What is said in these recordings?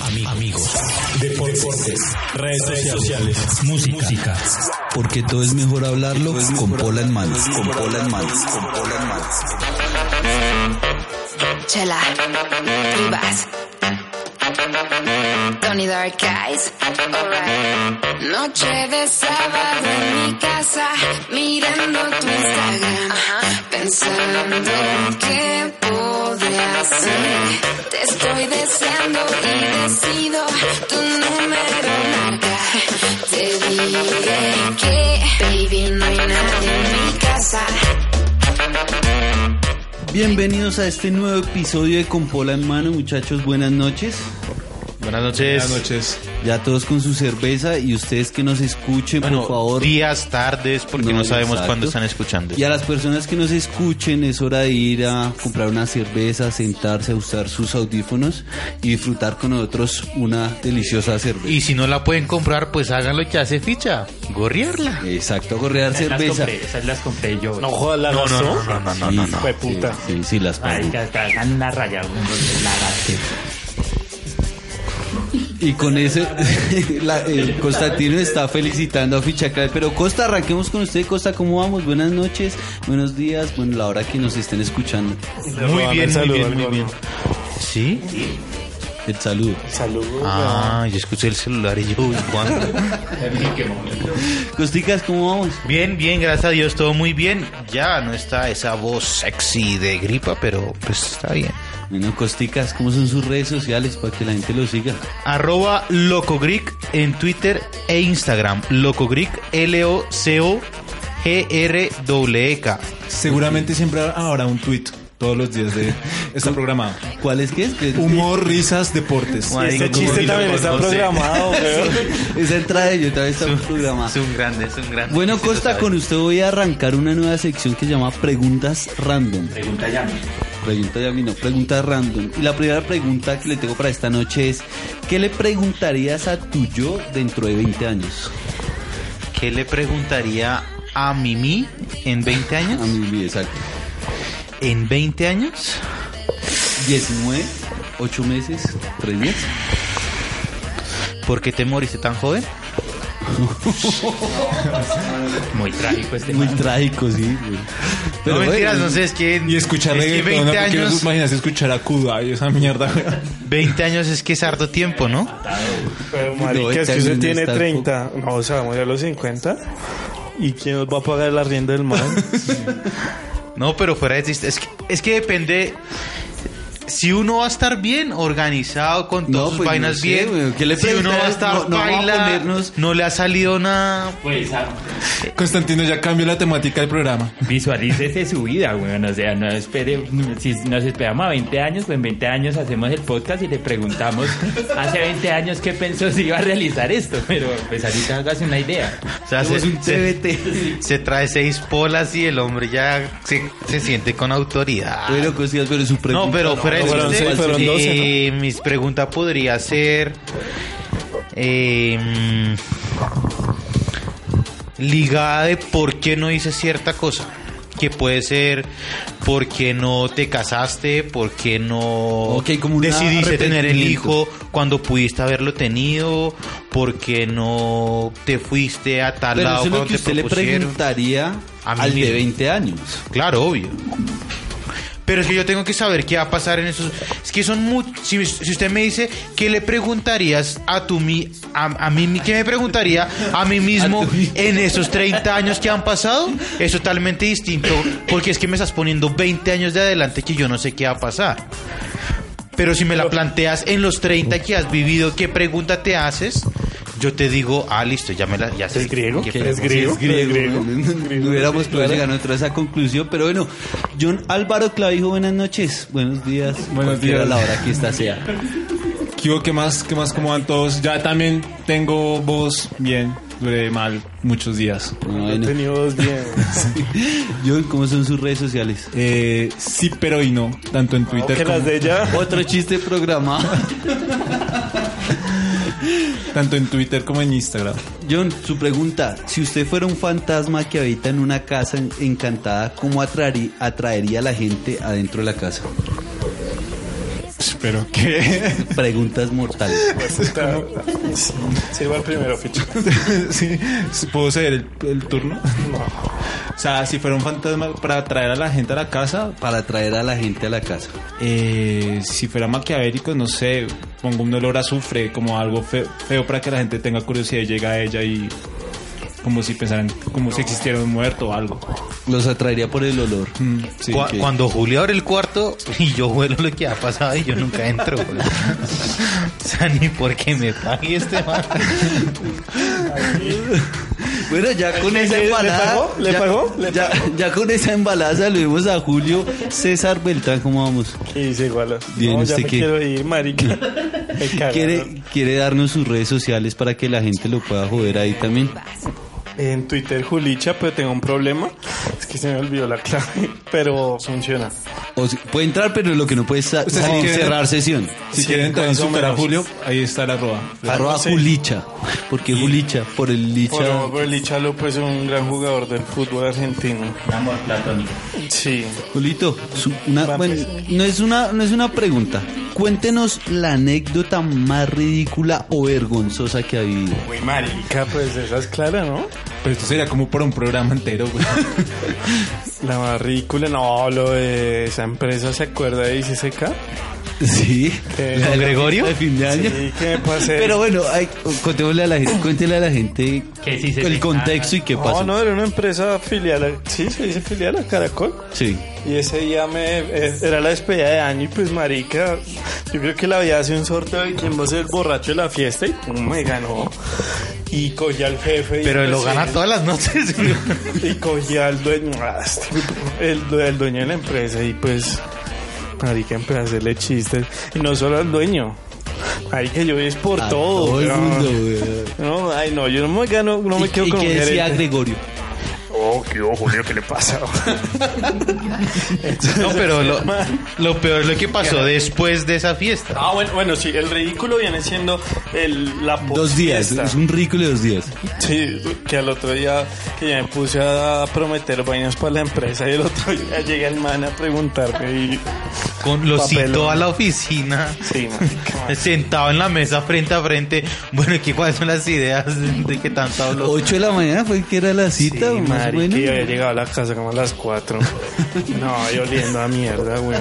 Amigos. Amigos. Deportes. Deportes. Redes, redes sociales. sociales. Música. Porque todo es mejor hablarlo es con mejor pola en manos. Con pola en manos. Con pola en manos. Chela. Rivas. Tony Dark Eyes. Alright. Noche de sábado en mi casa. Mirando tu Instagram. Ajá. Pensando en qué podré hacer. Te estoy deseando y decido tu número marca. Te diré que, baby, no hay nadie en mi casa. Bienvenidos a este nuevo episodio de Compola en Mano, muchachos, buenas noches. Buenas noches. Buenas noches. Ya todos con su cerveza y ustedes que nos escuchen, Bueno, por favor. días, tardes, porque no, No, sabemos exacto. cuándo están escuchando. Y a las personas que nos escuchen, es hora de ir a comprar una cerveza, sentarse, a usar sus audífonos y disfrutar con nosotros una deliciosa cerveza. Y si no la pueden comprar, pues háganlo que hace ficha, gorriarla. Exacto, gorrear Las cerveza. compré, esas las compré yo. No jodas la razón. no, Sí, Fue puta. Sí, sí, sí, las Ay, pongo. que acá hagan la raya. güey, la raya. Y con ese, la- el Constantino está felicitando a Fichacral. Pero Costa, arranquemos con usted. Costa, ¿cómo vamos? Buenas noches, buenos días, bueno, la hora que nos estén escuchando. Muy bien, muy Saludo, bien, muy Eduardo. bien. ¿Sí? El saludo. Saludos. Ah, yo escuché el celular y yo, uy, ¿cuándo? Costicas, ¿cómo vamos? Bien, bien, gracias a Dios, todo muy bien. Ya no está esa voz sexy de gripa, pero pues está bien. Bueno, Costicas, ¿cómo son sus redes sociales para que la gente lo siga? Arroba Locogric en Twitter e Instagram. Locogric, L-O-C-O-G-R-E-K. Seguramente siempre habrá un tweet todos los días de está programado. ¿Cuál es que es? Que es- Humor, risas, deportes. Marica, Ese chiste como- también está no sé. programado, weón. Esa entrada de yo también está programada. Es un grande, es un grande. Bueno, Sí, lo Costa, sabe. con usted voy a arrancar una nueva sección que se llama Preguntas Random. Pregunta ya. Pregunta ya vino, pregunta random. Y la primera pregunta que le tengo para esta noche es, ¿qué le preguntarías a tu yo dentro de 20 años? ¿Qué le preguntaría a Mimi en 20 A años? mi vida, exacto. ¿En 20 años? 19, 8 meses, 3 meses. ¿Por qué te moriste tan joven? Muy trágico este Muy man. trágico, sí. güey. no Pero bueno, mentiras, no sé, es que... Y escuchar es que 20 reggaetón, ¿no? Porque no años, te imaginas escuchar a Kuda y esa mierda, weón. 20 años es que es harto tiempo, ¿no? Pero, marica, es que también usted tiene está 30. No, o sea, vamos a ir a los 50. ¿Y quién nos va a pagar la rienda del man? No, pero fuera de chiste, es que, es que depende... Si uno va a estar bien organizado con todas No, sus pues, vainas no sé, bien, güey, ¿qué le si uno va a preguntas? estar No- no va a baila, ponernos- no le ha salido nada, Pues ah, Constantino ya cambió la temática del programa. visualícese su vida, weón. O sea, no espere. Si nos esperamos a 20 años, pues en 20 años hacemos el podcast y le preguntamos hace 20 años qué pensó si iba a realizar esto. Pero pues ahorita hágase una idea. o sea, se, somos un se- TBT. se trae seis polas y el hombre ya se, se siente con autoridad. Bueno, Costillas, pero su pregunta... No, pero fuera de no, fueron chiste, seis, fueron eh, doce, mis preguntas podría ser eh, mm, ligada de por qué no hice cierta cosa. Que puede ser por qué no te casaste, por qué no Ok, como una decidiste tener el hijo arrepentimiento. cuando pudiste haberlo tenido, por qué no te fuiste a tal Pero lado eso es lo cuando que te usted le propusieron. preguntaría A mí al de mismo. 20 años. Claro, obvio. Pero es que yo tengo que saber qué va a pasar en esos. Es que son muchos. Si, si usted me dice, ¿qué le preguntarías a tu mi. A, a mí, ¿qué me preguntaría a mí mismo A tu mi- en esos 30 años que han pasado? Es totalmente distinto. Porque es que me estás poniendo 20 años de adelante que yo no sé qué va a pasar. Pero si me la planteas en los 30 que has vivido, ¿qué pregunta te haces? Yo te digo, ah, listo, ya me la. Ya sé ¿Es griego? qué ¿Qué pregunta. es griego? Es griego, Es no, griego. no, no, no hubiéramos podido Claro. llegar nosotros a esa conclusión, pero bueno, John Álvaro Clavijo, buenas noches, buenos días, Buenos cualquiera días. la hora que esta sea. ¿Qué, hubo? ¿Qué más? ¿Qué más? ¿Cómo van todos? Ya también tengo voz bien. Duré mal muchos días. Bueno. Tenidos bien. John, ¿cómo son sus redes sociales? Eh, sí, pero y no. Tanto en Twitter Que las como, de ella. Otro chiste programado. tanto en Twitter como en Instagram. John, su pregunta, si usted fuera un fantasma que habita en una casa en- encantada, ¿cómo atraerí- atraería a la gente adentro de la casa? Pero que. Preguntas mortales. Claro. Sirva el primero, ficha. sí, ¿Puedo ceder el, el turno? O sea, si fuera un fantasma para atraer a la gente a la casa, Para traer a la gente a la casa. eh, si fuera maquiavélico, no sé, pongo un olor a azufre, como algo fe- feo, para que la gente tenga curiosidad y llega a ella y. Como si pensaran, como si existiera un muerto o algo. Los atraería por el olor. Mm, sí, Cua- que- Cuando Julio abre el cuarto y yo vuelo lo que ha pasado y yo nunca entro. güey. o sea, ni porque me pague este man. Bueno, ya con esa embalada. pagó? ¿Le ya- pagó? ¿Le ya, ya con esa embalada saludemos a Julio César Beltrán. ¿Cómo vamos? Y dice igual. Bien, no, ya ¿usted me qué? quiero ir, marica. Me cagaron. ¿Quiere, quiere darnos sus redes sociales para que la gente lo pueda joder ahí también. En Twitter, Julicha, pero tengo un problema. Es que se me olvidó la clave, pero funciona. O si- puede entrar, pero lo que no puede es sa- Usted sí salir, quiere- cerrar sesión. Si Sí, quieren entrar en más o Super a menos. Julio, ahí está la arroba. Arroba sí. Julicha. porque Julicha? Por el licha. Por, por el Licha López, un gran jugador del fútbol argentino. Amor platónico. Sí. Julito, su- una- bueno, no, es una, no es una pregunta. Cuéntenos la anécdota más ridícula o vergonzosa que ha vivido. Muy marica, pues esa es clara, ¿no? Pero esto sería como por un programa entero, güey. La barrícula, no, lo de esa empresa, ¿se acuerda de ICCK? ¿Sí? Que- ¿La de Gregorio? ¿De fin de año? Sí, que me pasé. Pero bueno, ay, contémosle a la gente, cuéntele a la gente Que sí se el le- contexto y qué pasó. No, no, era una empresa filial, a- sí, se dice filial a Caracol. Sí. Y ese día me eh, era la despedida de año y pues marica, yo creo que la había hecho un sorteo de quién va a ser el borracho de la fiesta y pum, me ganó. Y cogí al jefe. y Pero lo pues, gana eh, todas las noches. güey. Y cogí al dueño, ah, este, el, due- el dueño de la empresa y pues, marica, empecé a hacerle chistes. Y no solo al dueño. Marica, yo es por A todo. todo el weón. mundo, güey. No, ay no, yo no me gano, no me ¿Y- quedo ¿Y con qué un decía gerente. Gregorio? Oh, qué ojo, Julio, ¿qué le pasa? No, pero lo, lo peor es lo que pasó después de esa fiesta. Ah, bueno, bueno, sí, el ridículo viene siendo el, la Dos días, posfiesta. es un ridículo de dos días. Sí, que al otro día que ya me puse a prometer vainas para la empresa y el otro día llega el man a preguntarme y... Con, lo Papelón. citó a la oficina. Sí, marica. Sentado en la mesa frente a frente. Bueno, ¿y ¿qué cuáles son las ideas de que tanto habló? Ocho de la mañana fue que era la cita, Sí, más marica, y había bueno. llegado a la casa como a las 4. No, yo oliendo a mierda, weón.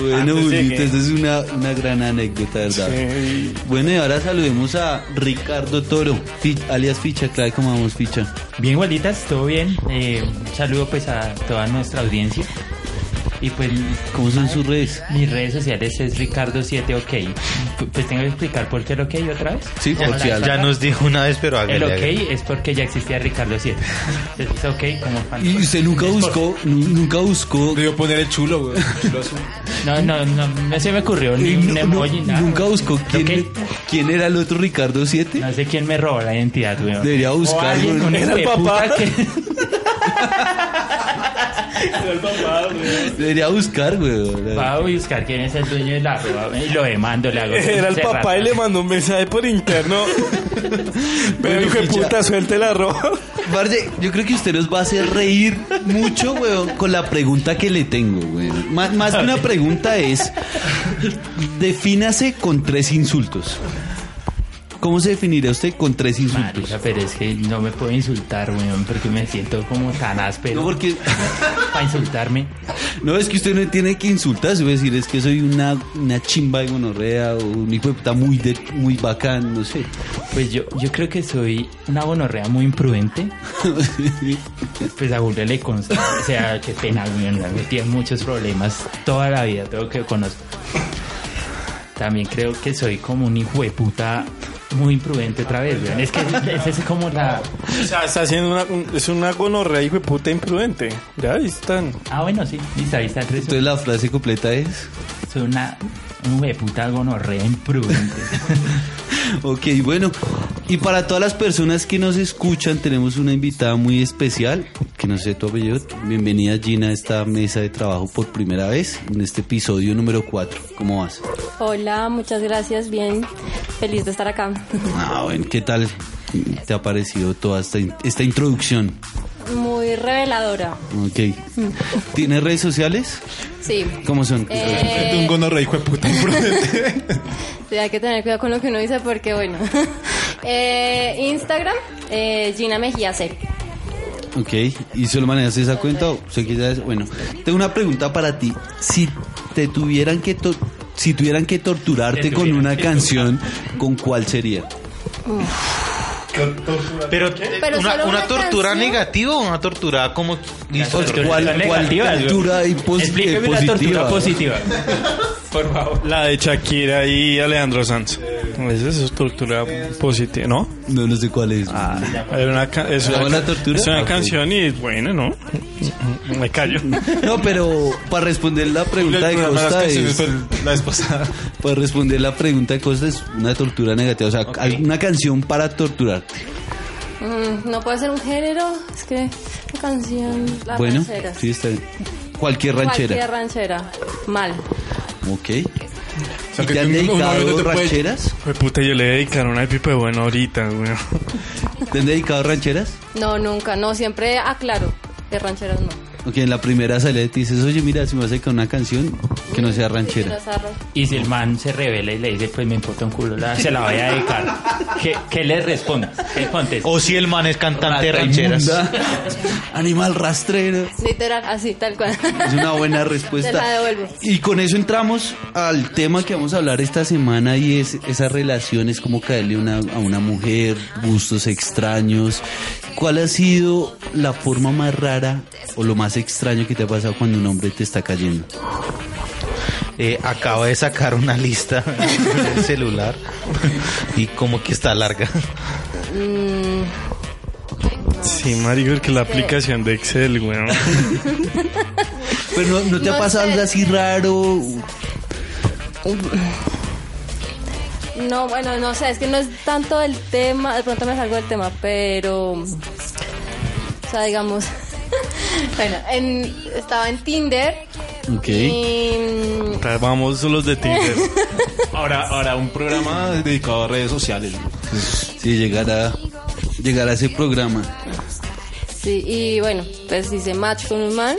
Bueno, Antes llegué. Julito, esta es una, una gran anécdota, ¿verdad? Sí. Bueno, y ahora saludemos a Ricardo Toro, fi- alias Ficha, clave como vamos Ficha. Bien, guarditas, todo bien. Eh, un saludo pues a toda nuestra audiencia. Y pues, ¿Cómo son sus redes? mis redes sociales es Ricardo7OK. Pues tengo que explicar por qué el OK otra vez. Sí, Ya por si la- algo. Ya nos dijo una vez, pero El hágale. hágale. OK es porque ya existía Ricardo 7. Entonces, OK como fan. Y usted nunca buscó, nu- nunca buscó, Debió poner el chulo, güey. Chulo azul. No, no, no, no se me ocurrió ni y un nu- emoji, nu- nada. nunca buscó quién, Ok. quién era el otro Ricardo 7. No sé quién me robó la identidad, weón. Debería O buscar alguien, un güey. hijo de puta que- Debería buscar, güey. Va a buscar quién es el dueño de la roba y lo demando, le hago. Era el se papá rata. y le mandó un mensaje por interno. Pero hijo de ficha. puta, suelte la ropa. Marge, yo creo que usted nos va a hacer reír mucho, weón, con la pregunta que le tengo, weón. Más, más que una pregunta es, defínase con tres insultos. ¿Cómo se definiría usted con tres insultos? Marica, pero es que no me puedo insultar, weón, porque me siento como tan áspero. No, porque... Para insultarme. No, es que usted no tiene que insultar, se puede decir, es que soy una, una chimba de gonorrea o un hijo de puta muy, de, muy bacán, no sé. Pues yo, yo creo que soy una gonorrea muy imprudente. Pues a Julio le consta. O sea, qué pena, weón. Me metí en muchos problemas toda la vida, todo lo que conozco. También creo que soy como un hijo de puta muy imprudente otra vez, weón. Es que esa es como la. O sea, está haciendo una, un- es una gonorrea, hijo de puta, imprudente. Ya ahí están. Ah, bueno, sí, listo, ahí está el resumen. Entonces la frase completa es... Soy una un hueputa gonorrea imprudente. Ok, bueno. Y para todas las personas que nos escuchan, tenemos una invitada muy especial, que no sé tu apellido. Bienvenida Gina a esta mesa de trabajo por primera vez en este episodio número 4. ¿Cómo vas? Hola, muchas gracias, bien, feliz de estar acá. Ah, bueno, ¿qué tal te ha parecido toda esta, in- esta introducción? Muy soy reveladora. Ok. ¿Tiene redes sociales? Mm. Sí. ¿Cómo son? Eh, De un gonorre, hijo de puta. imprudente. Sí, hay que tener cuidado con lo que uno dice porque, bueno. Eh, Instagram, eh, Gina Mejía C. Ok, y solo manejas esa cuenta o se quita esa? Bueno, tengo una pregunta para ti. Si te tuvieran que to- si tuvieran que torturarte Te con tuvieran una que canción, ¿con cuál sería? Pero, Pero una, solo una una tortura canción. negativa o una tortura como... ¿O tortura ¿Cuál, cuál negativa, tortura y pos- Explíqueme eh, una positiva? tortura positiva. Por favor. La de Shakira y Alejandro Sanz. Esa es tortura positiva, ¿no? No, no sé cuál es. Ah, Era una ca- es una, ¿La buena ca- tortura? Ah, es una Ok. canción y es buena, ¿no? Me callo. No, pero para responder la pregunta de Costa es, La esposa. para responder la pregunta de Costa es una tortura negativa, o sea, alguna canción para torturarte. Mm, no puede ser un género, es que la canción. La bueno, ranchera. sí está bien. Cualquier ranchera. Cualquier ranchera. Mal. Ok. ¿Y te han dedicado rancheras? Fue puta, yo le dedicaron una de Pipe Bueno ahorita, güey. ¿Te han dedicado rancheras? No, nunca. No, siempre aclaro. De rancheras no. Ok, en la primera salida te dices, oye, mira, si me vas a dedicar una canción que no sea ranchera. Sí, las arro- Y si el man se revela y le dice, pues me importa un culo, la- se la voy a dedicar. ¿Qué, qué le respondes? ¿Qué contestas? O si el man es cantante de rancheras. Inmunda, Animal rastrero. Literal, así, tal cual. Es una buena respuesta. Te la devuelvo. Y con eso entramos al tema que vamos a hablar esta semana y es esas relaciones, cómo caerle una- a una mujer, gustos extraños. ¿Cuál ha sido la forma más rara o lo más extraño que te ha pasado cuando un hombre te está cayendo? Eh, acabo de sacar una lista del celular y como que está larga. Mm, Sí, marico, que la aplicación de Excel, güey. Pero no, no te ha No pasado sé. algo así raro. no, bueno, no sé, es que no es tanto el tema. De pronto me salgo del tema, pero. O sea, digamos. bueno, en- estaba en Tinder. Ok. Y. mm, Vamos los de Tinder. Ahora, ahora un programa dedicado a redes sociales. pues, Sí, llegar a, llegar a ese programa. Sí, y bueno, pues hice match con un man.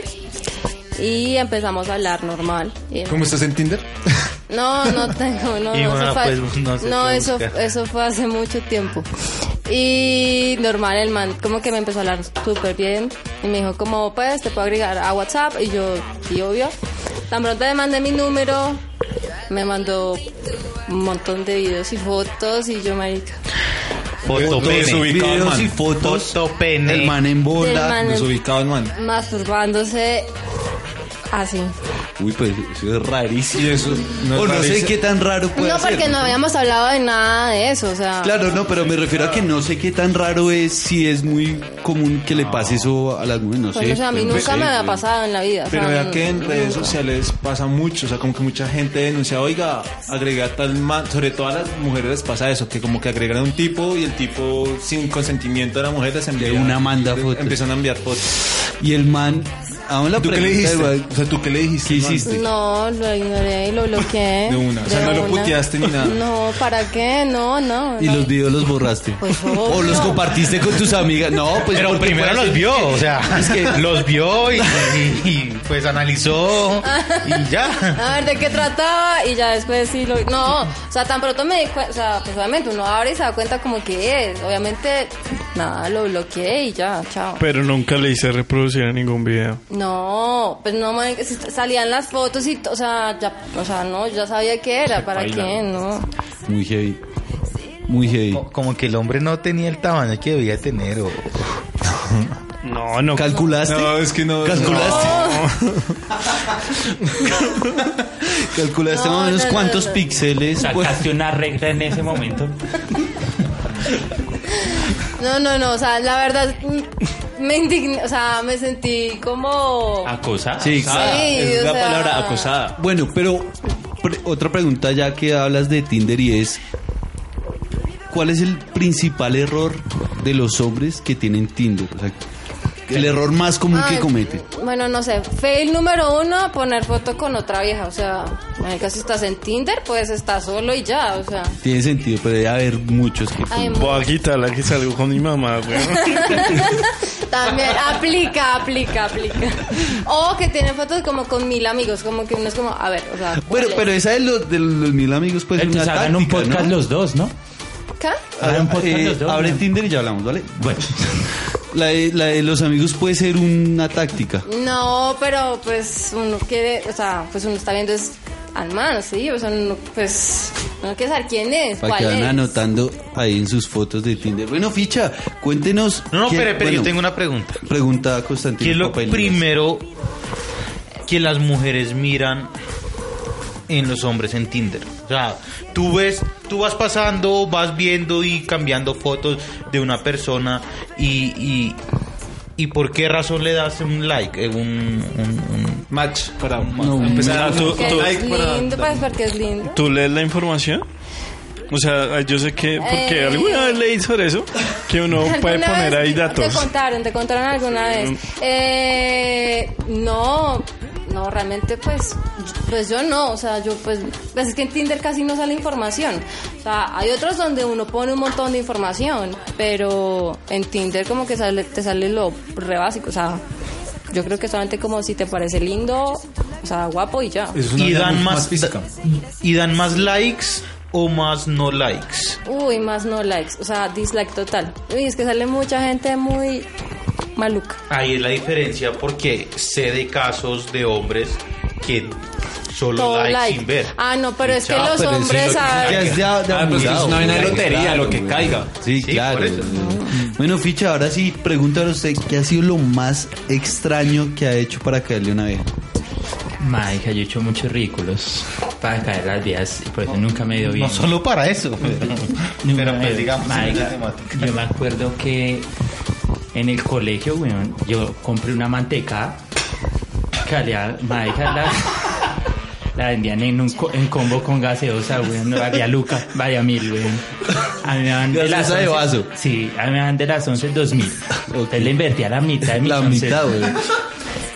Y empezamos a hablar normal. Y- ¿Cómo estás en Tinder? No, no tengo, no, Y no, bueno, eso fue, pues, no se no, puede eso, buscar. eso fue hace mucho tiempo. Y normal, el man como que me empezó a hablar súper bien y me dijo como, pues, te puedo agregar a WhatsApp y yo, sí, obvio. Tan pronto me mandé mi número, me mandó un montón de videos y fotos y yo, marica, Fotopene. Desubicado el Videos man. y fotos. Fotopene. El man en Del bola. man- Desubicado el man. masturbándose así. Uy, pues eso es rarísimo. Y eso no o es Oh, no sé rarísimo. qué tan raro puede No, ser. porque no habíamos hablado de nada de eso, o sea... Claro, no, pero me refiero a que no sé qué tan raro es si es muy común que le pase eso a las mujeres. No pues, sé. o sea, a mí pero- nunca me había Sí, pasado en la vida. o eh, Pero sea, vea que en redes sociales pasa mucho, o sea, como que mucha gente denuncia, oiga, agregar tal man, sobre todo a las mujeres les pasa eso, que como que agregan a un tipo y el tipo sin consentimiento de la mujer les envía una manda le- fotos. Empiezan a enviar fotos. Y el man. Aún la ¿Tú qué le pregunta dijiste? igual, O sea, ¿tú qué le dijiste? ¿Qué man? hiciste? No, lo ignoré y lo bloqueé. De una. O sea, De no lo una. puteaste ni nada. No, ¿para qué? No, no. Y no. los videos los borraste. Pues, obvio. o los compartiste con tus amigas. No, pues. Pero porque primero puede los ser- vio, o sea, Es que- los vio y, y- y, pues analizó y ya. A ver, ¿de qué trataba? Y ya después sí lo... No, o sea, tan pronto me di cuenta... O sea, pues obviamente uno abre y se da cuenta como que es. Obviamente, nada, lo bloqueé y ya, chao. Pero nunca le hice reproducir a ningún video. No, pues no, man, si salían las fotos y... t- O sea, ya, o sea, no, yo ya sabía qué era, ¿para qué? No. Muy heavy. Muy heavy. Co- Como que el hombre no tenía el tamaño que debía tener. O... No, no. ¿Calculaste? No, es que no. ¿Calculaste? ¿Calculaste No, más o menos no, no, cuántos no. píxeles? pues? Sacaste una regla en ese momento. No, no, no, o sea, la verdad... mm, Me indigné, o sea, me sentí como... Acosada. Sí, exacto. Sí, es o la sea- palabra acosada. Bueno, pero pre- otra pregunta ya que hablas de Tinder y es, ¿cuál es el principal error de los hombres que tienen Tinder? O sea, el error más común que Ay, cometen. Bueno, no sé. Fail número uno, poner foto con otra vieja. O sea, marica, si estás en Tinder, pues estás solo y ya. O sea, Tiene sentido, pero debe haber muchos que... Ay, Voy a quitarla que salgo con mi mamá, güey. También aplica, aplica, aplica. O que tiene fotos como con mil amigos, como que uno es como, a ver, o sea. ¿cuál Bueno, es? pero esa de los, de los mil amigos puede ser una Entonces táctica, pues hagan un podcast ¿no? los dos, ¿no? ¿Qué? hagan un podcast Eh, los dos, abre ¿no? Tinder y ya hablamos, ¿vale? Bueno, La de, la de los amigos puede ser una táctica. No, pero pues uno quiere, o sea, pues uno está viendo es al man, sí, o sea, uno, pues uno quiere saber quién es, Para que cuál van es. anotando ahí en sus fotos de Tinder. Bueno, ficha, cuéntenos. No, no, qué- pero, pero bueno, yo tengo una pregunta. Pregunta a Constantino. ¿Qué es lo Papailas. primero que las mujeres miran en los hombres en Tinder? O sea, tú ves, tú vas pasando, vas viendo y cambiando fotos de una persona y, y, y por qué razón le das un like, eh, un, un- un- Match para No, empezar a... Ah, tú- Que tú- es lindo, pues porque es lindo. ¿Tú lees la información? O sea, yo sé que, porque Eh. alguna vez leí sobre eso, que uno puede ¿Alguna poner vez ahí te- Te datos. Mm. contaron, te contaron alguna vez. Eh, no, no, realmente pues, pues yo no, o sea, yo pues, pues es que en Tinder casi no sale información. O sea, hay otros donde uno pone un montón de información, pero en Tinder como que sale, te sale lo re básico, o sea, yo creo que solamente como si te parece lindo, o sea, guapo y ya. Es una y vida dan mucho más, física. y dan más likes o más no likes. Uy, más no likes, o sea, dislike total. Uy, es que sale mucha gente muy maluca. Ahí es la diferencia porque sé de casos de hombres que solo Todo like, like. sin ver. Ah, no, pero es que Chao, los pero hombres Ya saben. es de, de Ah, pues es abusado, una vaina de güey. lotería, lo que güey. caiga. Sí, Sí, claro. por eso. güey. Bueno, ficha, ahora sí, pregúntale usted qué ha sido lo más extraño que ha hecho para caerle una vieja. ma, hija, yo he hecho muchos ridículos para caer las vías, por eso nunca me dio bien. No solo para eso. Nunca Pero me pues dio- digamos, en Marica, esa temática. yo me acuerdo que en el colegio, weón, yo compré una manteca que valía, marica, la, la vendían en un co- en combo con gaseosa, weón, no valía luca, valía mil, weón. A mí me dan Gaseosa de 11 vaso. Sí, a mí me dan de las 11 dos mil. Entonces le invertía la mitad de mis La 11. mitad, güey.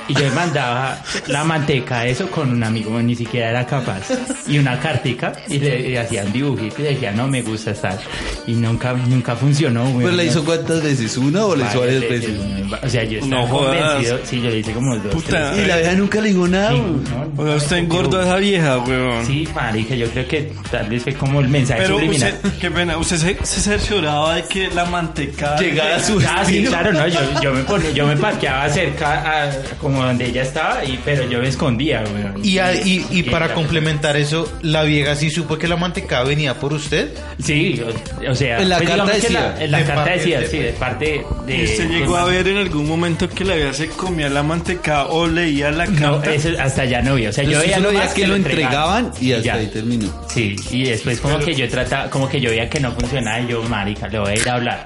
Y yo le mandaba la manteca, eso con un amigo, ni siquiera era capaz. Y una cartica, y le, le hacía un dibujito y le decía, no me gusta estar. Y nunca, nunca funcionó, Pues güey. ¿Pero la hizo cuántas veces? ¿Una o la hizo varias veces? O sea, yo estaba No jodas. convencido. Sí, yo le hice como dos. Puta. Y la vieja nunca le dijo nada, tres, güey. cinco, ¿no? O sea, usted engorda a esa vieja, weón. Sí, marica, yo creo que tal vez fue como el mensaje Pero subliminal. usted, qué pena, usted se, se cercioraba de que la manteca... Llegara a su Ah, sí, destino. claro, no, yo, yo me ponía, yo me parqueaba cerca a como donde ella estaba, y, pero yo me escondía, güey. Y, a- y- y para ella- complementar eso, la vieja sí supo que la manteca venía por usted. Sí, o, o sea, pues En la carta digamos que decía. la- en la De carta parte- decía, de- sí, de parte de. Y usted llegó de- a ver en algún momento que la vieja se comía la manteca o leía la No, carta. eso hasta allá no vi. O sea, yo Entonces, veía uno veía nomás que lo entregaban y hasta ya. ahí terminó. Sí, y después como que yo trataba, como que yo veía que no funcionaba y yo, marica, le voy a ir a hablar.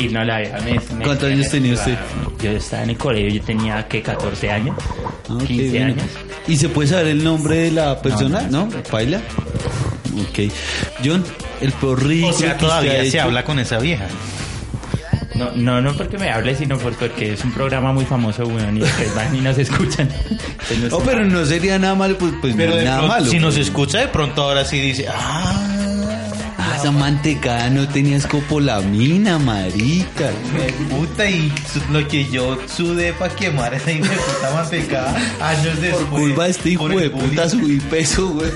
Y no la veía. Me, me- ¿Cuántos años tenía usted? Yo estaba en el colegio, yo tenía, que 14 años, Ah, ok, 15 bueno. años. ¿Y se puede saber el nombre de la persona? ¿No? ¿Paila? Ok. John, el peor ridículo O sea, que usted ha todavía se hecho. habla con esa vieja. No, no, no porque me hable, sino por- porque es un programa muy famoso, weón, y después van y nos escuchan. Entonces, no Oh, sé. pero no sería nada malo, pues, pues Pero no de es nada pronto, malo. si nos pues. escucha, de pronto ahora sí dice, ah, Ah, esa mantecada no tenía escopolamina, marica. me puta, y su- lo que yo sudé para quemar esa hija de puta manteca años después. Culpa de este hijo por el de puta bullying". subir peso, güey.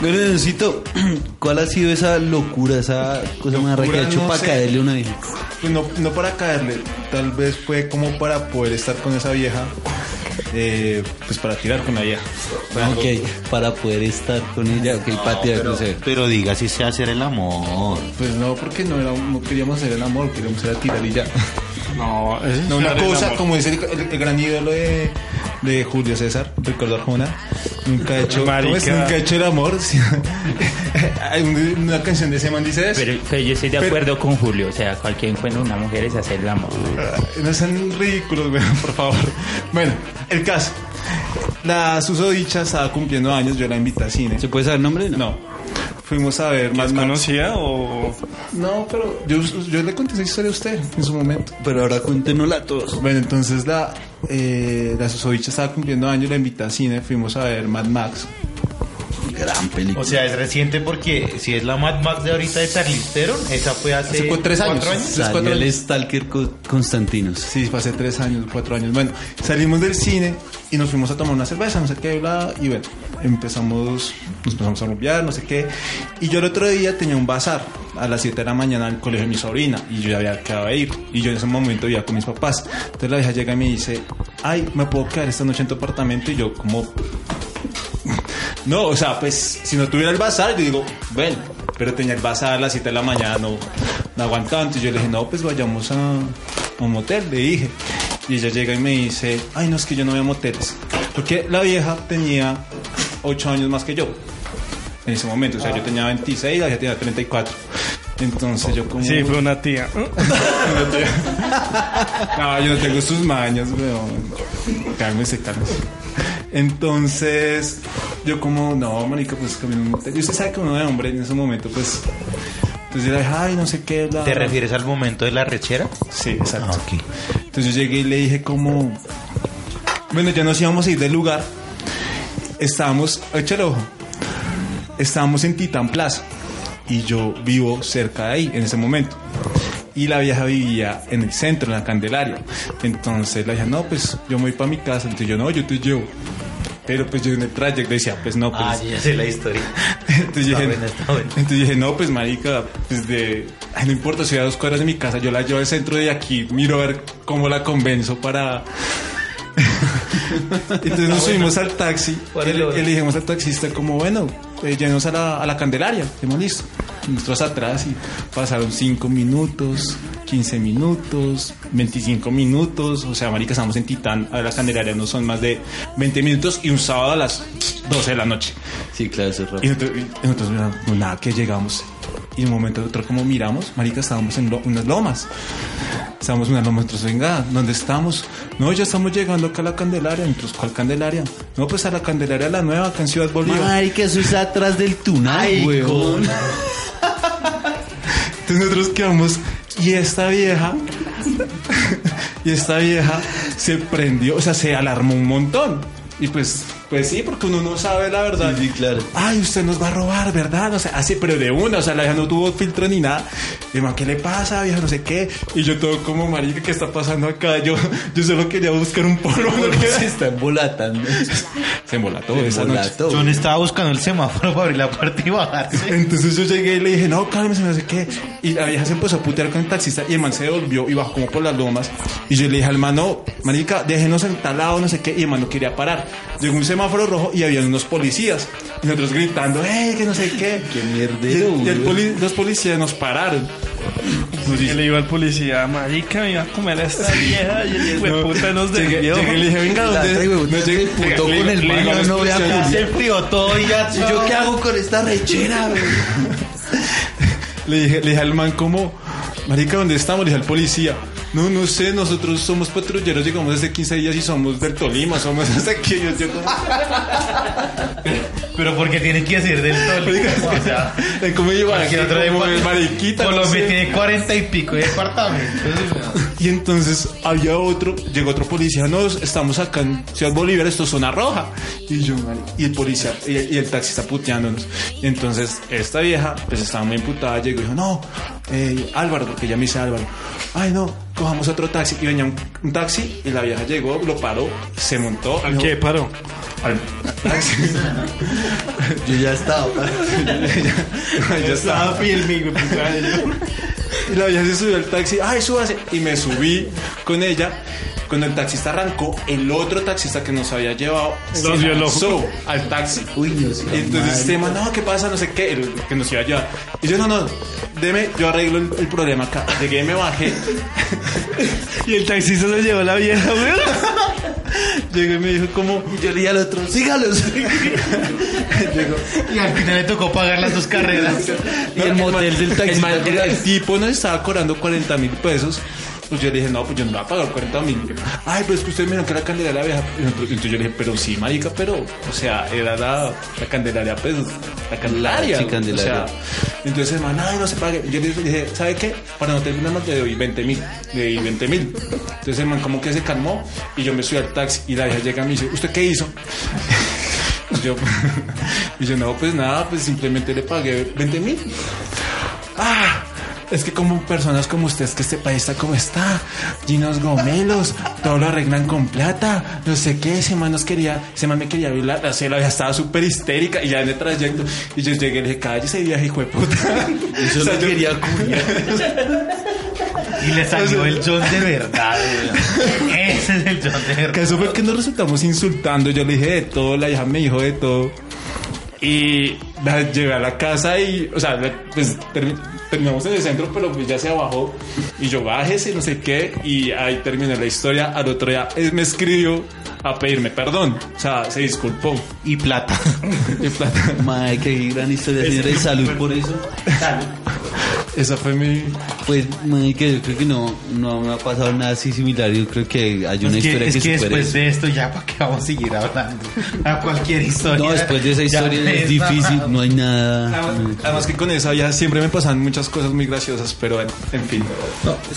Bueno, Leoncito, ¿cuál ha sido esa locura, esa cosa más rara que ha Locura, hecho no para sé. caerle a una vieja? Pues no, no para caerle, tal vez fue como para poder estar con esa vieja, eh, pues para tirar con la vieja. Ok, para poder estar con ella, ok, patear, no sé. Pero diga si se hacer el amor. Pues no, porque no, era, no queríamos hacer el amor, queríamos era tirar y ya. No, eso es No, una claro, el cosa, amor. como dice el, el- el gran ídolo de, de Julio César, Ricardo Arjona, nunca ha hecho, ¿cómo es? Marica. nunca ha hecho el amor. Sí. Hay un- una canción de ese man dice eso. Pero, pero yo estoy de Pero- acuerdo con Julio, o sea, cualquier encuentro de una mujer es hacer el amor. No sean ridículos, weón, por favor. Bueno, el caso. La susodicha estaba cumpliendo años, yo la invité al cine. ¿Se puede saber el nombre? No. Fuimos a ver más ¿Más manos. conocida o...? No, pero yo, yo le conté esa historia a usted en su momento. Pero ahora cuéntenosla a todos. Bueno, entonces la, eh, la susodicha estaba cumpliendo años, la invité al cine, fuimos a ver Mad Max. gran película. O sea, es reciente porque si es la Mad Max de ahorita de Charlize Theron, esa fue hace, Hace cu- tres años. cuatro Sí. Salió cuatro el años. Stalker Co- Constantinos. Sí, fue hace tres años, cuatro años. Bueno, salimos del cine y nos fuimos a tomar una cerveza, no sé qué, bla, y bueno, empezamos, nos empezamos a rumbear, no sé qué. Y yo el otro día tenía un bazar a las 7 de la mañana en el colegio de mi sobrina y yo ya había quedado de ir. Y yo en ese momento vivía con mis papás. Entonces la vieja llega y me dice, ay, ¿me puedo quedar esta noche en tu apartamento? Y yo como, no, o sea, pues si no tuviera el bazar, yo digo, bueno, pero tenía el bazar a las 7 de la mañana, no, no aguantaba. Entonces yo le dije, no, pues vayamos a, a un motel, le dije. Y ella llega y me dice, ay, no, es que yo no voy a moteles. Porque la vieja tenía 8 años más que yo en ese momento. O sea, yo Ah. tenía 26, la vieja tenía 34. Entonces yo como... Sí, fue una tía. No, yo no tengo sus mañas, weón. Cálmese, cálmese. Entonces, yo como, no, marica, pues que a mí no me gusta. Y usted sabe que uno de hombre en ese momento, pues... Entonces yo le dije, ay, no sé qué, bla, ¿Te bla". refieres al momento de la rechera? Ah, Sí, exacto. Entonces yo llegué y le dije como... Bueno, ya nos íbamos a ir del lugar. Estábamos, echa el ojo, estábamos en Titán Plaza. Y yo vivo cerca de ahí, en ese momento. Y la vieja vivía en el centro, en la Candelaria. Entonces la vieja, no, pues yo me voy para mi casa. Entonces yo, no, yo te llevo. Pero pues yo en el trayecto decía, pues no, pues... Ah, Ah, ya sé la historia. Entonces, Está dije, buena, está buena. entonces dije, no, pues marica, pues de, ay, no importa, soy a dos cuadras de mi casa, yo la llevo al centro de aquí, miro a ver cómo la convenzo para... entonces nos subimos al taxi, Para el- el oro. elegimos al taxista como, bueno, eh, llévenos a la, a la Candelaria, hemos listo. Nosotros atrás y pasaron 5 minutos, 15 minutos, 25 minutos, o sea, marica, estamos en Titán, a la Candelaria no son más de 20 minutos y un sábado a las 12 de la noche. Sí, claro, eso es raro. Y nosotros, y nosotros miramos, pues, nada, que llegamos. Y de un momento a otro, como miramos, marica, estábamos en lo- unas lomas. Estábamos en unas lomas, nosotros, venga, ¿dónde estamos? No, ya estamos llegando acá a la Candelaria. Nosotros, ¿cuál Candelaria? No, pues a la Candelaria la nueva, acá en Ciudad Bolívar. Marica, eso es atrás del tunal, weón. Entonces nosotros quedamos, y esta vieja, y esta vieja se prendió, o sea, se alarmó un montón. Y pues, pues sí, porque uno no sabe la verdad. Sí, sí, claro. ay, usted nos va a robar, ¿verdad? O sea, así, pero de una, o sea, la vieja no tuvo filtro ni nada. Y man, ¿qué le pasa, vieja? No sé qué. Y yo todo como, marica, ¿qué está pasando acá? Yo, yo solo quería buscar un polvo. ¿no? Se está embolatando. Se embolató Se esa noche. embolató. John estaba buscando el semáforo para abrir la puerta y bajarse. Entonces yo llegué y le dije, no, cálmese, no sé qué. Y la vieja se empezó a putear con el taxista y el man se volvió y bajó como por las lomas. Y yo le dije al man, no, marica, déjenos en tal lado, no sé qué. Y el man no quería parar. Llegó un semáforo rojo y había unos policías. Y nosotros gritando, ¡eh, que no sé qué! Qué mierdero, Y, el- y el güey. poli- los policías nos pararon. Nos Y dice- le digo al policía, marica, me iba a comer a esta vieja. Y el hijo de puta nos Llegué, debió. llegué y le dije, venga, La ¿dónde? trae, güey, No, llegué- Puto le- con le- el le- man, le- no vea le- culo. Se frío todo y ya. ¿Yo qué hago con esta rechera, weón? Le dije, le dije al man como, marica, ¿dónde estamos? Le dije al policía. No, no sé, nosotros somos patrulleros, llegamos hace 15 días y somos del Tolima, somos hasta aquí. Yo, yo como, Pero porque tiene que hacer del todo. O sea, eh, ¿cómo iba? cualquier otro de Como el mariquita, no sé. Colombia tiene cuarenta y pico de departamentos. Y entonces había otro, llegó otro policía, no, estamos acá en Ciudad Bolívar, esto es zona roja. Y yo, "Mari-". y el policía, y el, y el taxista puteándonos. Y entonces esta vieja, pues estaba muy imputada, llegó y dijo, no, eh, Álvaro, porque ya me dice Álvaro, ay no, cojamos otro taxi. Y venía un, un taxi y la vieja llegó, lo paró, se montó. ¿A dijo, qué paró? "Al taxi". Yo ya estaba. Ya estaba pues, Y la vieja se subió al taxi, ay, súbase. Y me subí con ella. Cuando el taxista arrancó, el otro taxista que nos había llevado se Los violó. lanzó al taxi. Uy, Dios Y entonces este man, no, ¿qué pasa? No sé qué, el que nos iba a llevar. Y yo, no, no, deme, yo arreglo el, el problema acá. Llegué, me bajé, Y el taxista se llevó la vieja, weón. llegué y me dijo como, Yo le dije al otro, sígalos. Y al final le tocó pagar las dos carreras. Y el motel del el, taxista. man- el- el tipo nos estaba cobrando 40 mil pesos. Pues yo le dije, no, pues yo no voy a pagar 40 mil. Ay, pero es que usted me dijo que era Candelaria vieja. Y nosotros- Entonces yo le dije, pero sí, marica, pero, o sea, era la, la Candelaria, pues, la Candelaria. Sí, güey. Candelaria. O sea, entonces el man, ay, no se pague. Yo le dije, ¿sabe qué? Para no terminar más, le doy 20 mil. Le doy 20 mil. Entonces el man como que se calmó y yo me subí al taxi y la vieja llega y me dice, ¿usted qué hizo? Yo, y Y yo, no, pues nada, pues simplemente le pagué 20 mil. Ah, es que como personas como ustedes, que este país está como está, Ginos Gomelos, todo lo arreglan con plata, no sé qué, ese man nos quería, ese man me quería violar, la cela ya estaba súper histérica y ya en el trayecto, y yo llegué y le dije, calle ese viaje, hijo de puta. Yo O sea, lo quería culiar. Y le salió el John de verdad, güey. Ese es el John de Que verdad. eso fue que nos resultamos insultando. Yo le dije de todo, la hija me dijo de todo. Y la- llegué a la casa y, o sea, la- pues termi- terminamos en el centro, pero pues ya se bajó. Y yo bájese, no sé qué. Y ahí terminé la historia. Al otro día él me escribió a pedirme perdón. O sea, se disculpó. Y plata. Y plata. Madre, qué gran historia, señores. Salud por eso. Esa fue mi. Pues, madre, que yo creo que no, no me ha pasado nada así similar. Yo creo que hay una es historia que, que, es que supere después eso. de esto ya para qué vamos a seguir hablando. A cualquier historia. No, después de esa Ya historia es es difícil, mamado. no hay Ah. nada. Además, además que con esa ya siempre me pasan muchas cosas muy graciosas, pero bueno, en fin.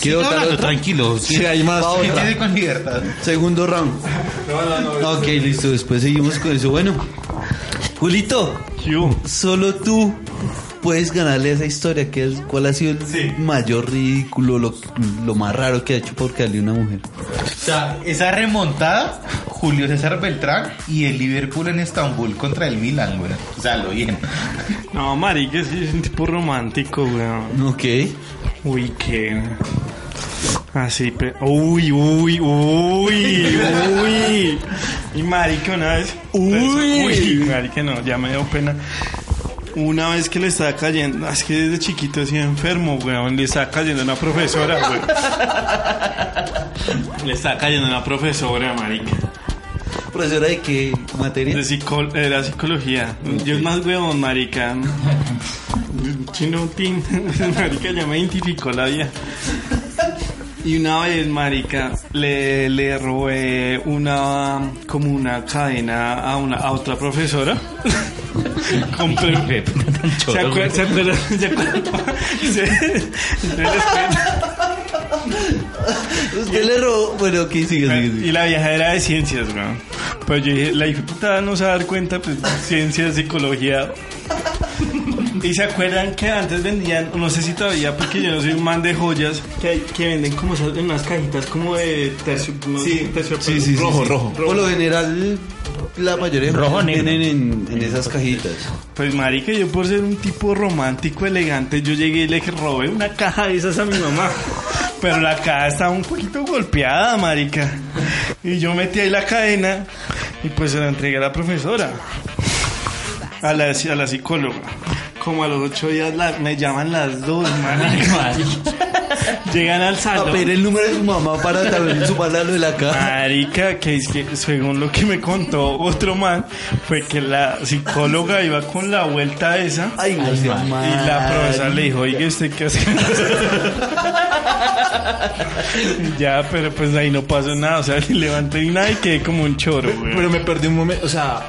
Quiero Siga votar hablando, otra. Tranquilo. Sí, hay más. Va otra. Quédese con libertad. Segundo round. Ok, listo, después seguimos con eso. Bueno, Julito, solo tú puedes ganarle a esa historia. ¿Qué es, ¿Cuál ha sido el mayor ridículo, lo, lo más raro que ha hecho por darle una mujer? O sea, esa remontada, Julio César Beltrán y el Liverpool en Estambul contra el Milan, güey. O sea, lo bien. No, marica, sí, es un tipo romántico, weón. Ok. Uy, qué. Así, pe... uy, uy, uy, uy. Y marica, una vez. Uy, marica, no, ya me dio pena. Una vez que le estaba cayendo, es que desde chiquito así enfermo, weón, le estaba cayendo una profesora, weón. Le estaba cayendo una profesora, marica. ¿Profesora de qué materia? De psicol era psicología. Yo es más weón, marica. Chino tin. Marica ya me identificó la vida. Y una vez, marica, le, le robé una como una cadena a una a otra profesora. Compré ¿Se acuerdan? ¿Se acuerdan? ¿Se acuerdan? Se- entonces les cuento. Pues, Usted le robó. Bueno, que sigue, sigue, sigue. Pues, Y la vieja era de ciencias, weón. Pero yo dije, la hija de puta no se va a dar cuenta, pues, ciencias, psicología. Y se acuerdan que antes vendían, no sé si todavía, porque yo no soy un man de joyas, que, hay- que venden como esas, en unas cajitas como de tercio, no sé, terciopelo rojo, rojo. Por lo general, la mayoría de Rojo, mujeres negro. vienen en, en esas cajitas. Pues marica, yo por ser un tipo romántico, elegante, yo llegué y le robé una caja de esas a mi mamá. Pero la caja estaba un poquito golpeada, marica. Y yo metí ahí la cadena y pues se la entregué a la profesora. A la, a la psicóloga. Como a los ocho días la- me llaman las dos, marica. Llegan al A salón. pedir el número de su mamá para también sumarle a lo de la caja. Marica, que es que según lo que me contó otro man, fue que la psicóloga iba con la vuelta esa. Ay, no seas Y Ah, la profesora le marica. dijo, oye, ¿usted qué hace? Y ya, pero pues ahí no pasó nada. O sea, levanté y nada y quedé como un choro, güey. Pero me perdí un momento, o sea,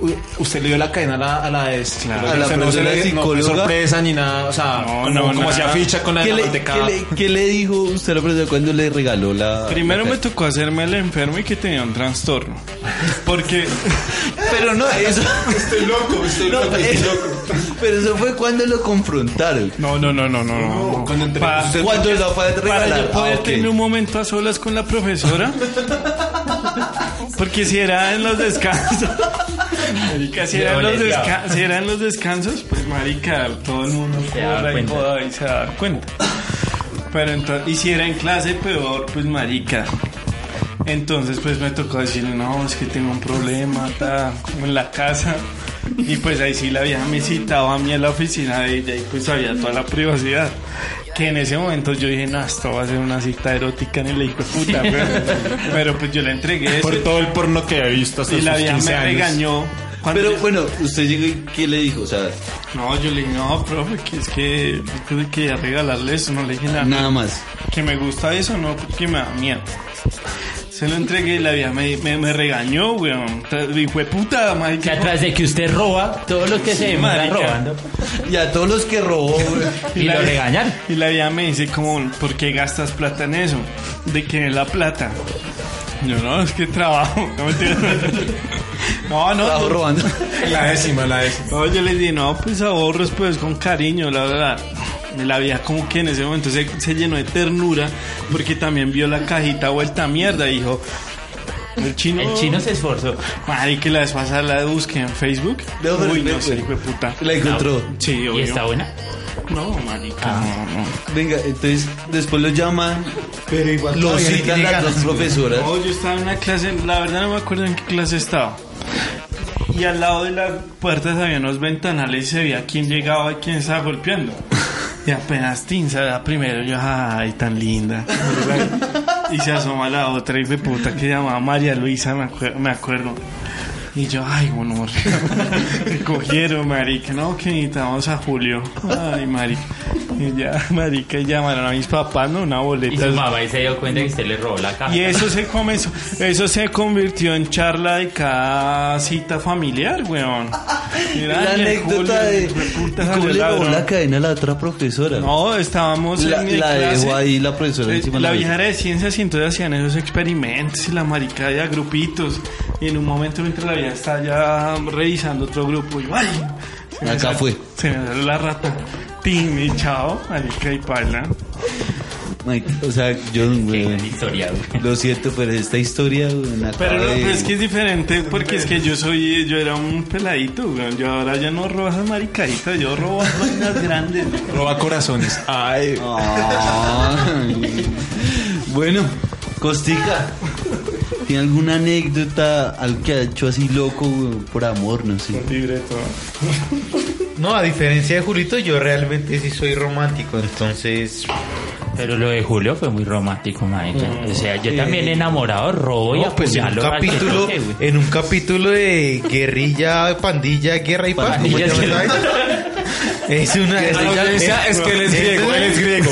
u- usted le dio la cadena a la, a la ex, Claro. O sea, A la no se profesora le no fue psicóloga. sorpresa ni nada, o sea, No, como, no, como nada. se aficha con la de ¿Qué la le, manteca. qué le- qué le dijo usted a la profesora cuando le regaló la.? Primero la me caja? tocó hacerme el enfermo y que tenía un trastorno. Porque Pero no, eso. Estoy loco, estoy no, eso- pero eso fue cuando lo confrontaron. No, no, no, no, no. no. cuando entré- Pa- usted- Cuando lo fue a para regalar. yo poder Ah, ok. tener un momento a solas con la profesora. Porque si era en los descansos. Marica, si era en los, desca- si era en los descansos, pues marica, todo el mundo Se daba joda y cuenta. joda y se da cuenta. Pero entonces, y si era en clase, peor, pues marica. Entonces pues me tocó decirle, no, es que tengo un problema, ta, en la casa. Y pues ahí sí la vieja me citaba a mí a la oficina de ella y pues había toda la privacidad. Que en ese momento yo dije, no, esto va a ser una cita erótica en el hijo de puta. Pero, pero, pues yo le entregué eso Por todo el porno que he visto hasta y la sus vieja 15 me años. regañó. Cuando Pero yo- bueno, usted llegó y ¿qué le dijo? O sea, no, yo le dije, no, profe, que es que yo creo que quería regalarle eso, no le dije nada. nada más. Que me gusta eso, no, porque me da miedo. Se lo entregué y la vieja me, me, me regañó, weón. Te- Dijo, "Hue puta, madre. Que atrás de que usted roba todo lo que se demora marica. robando Y a todos los que robó. güey. y lo regañan. Y la vieja me dice como, ¿por qué gastas plata en eso? ¿De quién es la plata? Yo no, es que trabajo. No, mentira. No, no. Trabajo yo- robando. La décima, la décima. No, yo les dije, no, pues ahorros, pues con cariño, la verdad. La vieja como que en ese momento se, se llenó de ternura porque también vio la cajita vuelta a mierda, dijo. El chino, El chino se esforzó. Ay, que la vez pasada la busqué en Facebook. No, pero- Uy, no pero- sé, hijo de puta. La encontró. Sí, ¿Y obvio. está Ah. buena? No, marica. no, no. Venga, entonces después lo llaman, Pero igual. lo todavía citan llegan. las dos profesoras. No, yo estaba en una clase, la verdad no me acuerdo en qué clase estaba. Y al lado de las puertas había unos ventanales y se veía quién llegaba y quién estaba golpeando. Y apenas Tinsa da primero, yo, ay, tan linda. Y se asoma la otra y de puta que se llamaba María Luisa, me, acuer- me acuerdo. Y yo, ay, buen humor. Me cogieron, marica. No, que necesitamos a Julio. Ay, marica. Y ya, marica, y llamaron a mis papás, ¿no? Una Y boleta. su mamá y se dio cuenta que usted le robó la caja. Y eso se comenzó, eso se convirtió en charla de cada cita familiar, weón. Mira, La y el Julio, anécdota de. el hijo de puta ¿Y ¿Cómo salió le robó ladrón. la cadena a la otra profesora? No, estábamos La- en mi la clase. dejó ahí la profesora Eh, encima de La la vieja mesa. era de ciencias y entonces hacían esos experimentos y la marica de a grupitos. Y en un momento mientras la vieja está ya revisando otro grupo, yo, ¡ay! Se me Acá sale- fue. Se me sale la rata. Tim y chao, marica y paila. Mike, o sea, yo. Qué güey, gran historia, güey. Lo siento, pero esta historia. güey, me Pero acaba no, de- pero es que es diferente porque es que yo soy, yo era un peladito, weón. Yo ahora ya no robo esas maricaditas, yo robo vainas grandes. Roba corazones. Ay. Ay. Bueno, Costica, ¿tiene alguna anécdota, algo que ha hecho así loco güey, por amor? No sé. Libreto. No, a diferencia de Julito, yo realmente sí soy romántico, entonces... Pero lo de Julio fue muy romántico, marica. o sea, yo también enamorado robo y Mm. No, pues en un apuñalo al que capítulo, eh, toque, güey. en un capítulo de guerrilla, pandilla, guerra y paz. ¿cómo Pandilla, se llama esa vaina? Es una violencia es que él es griego, él es griego.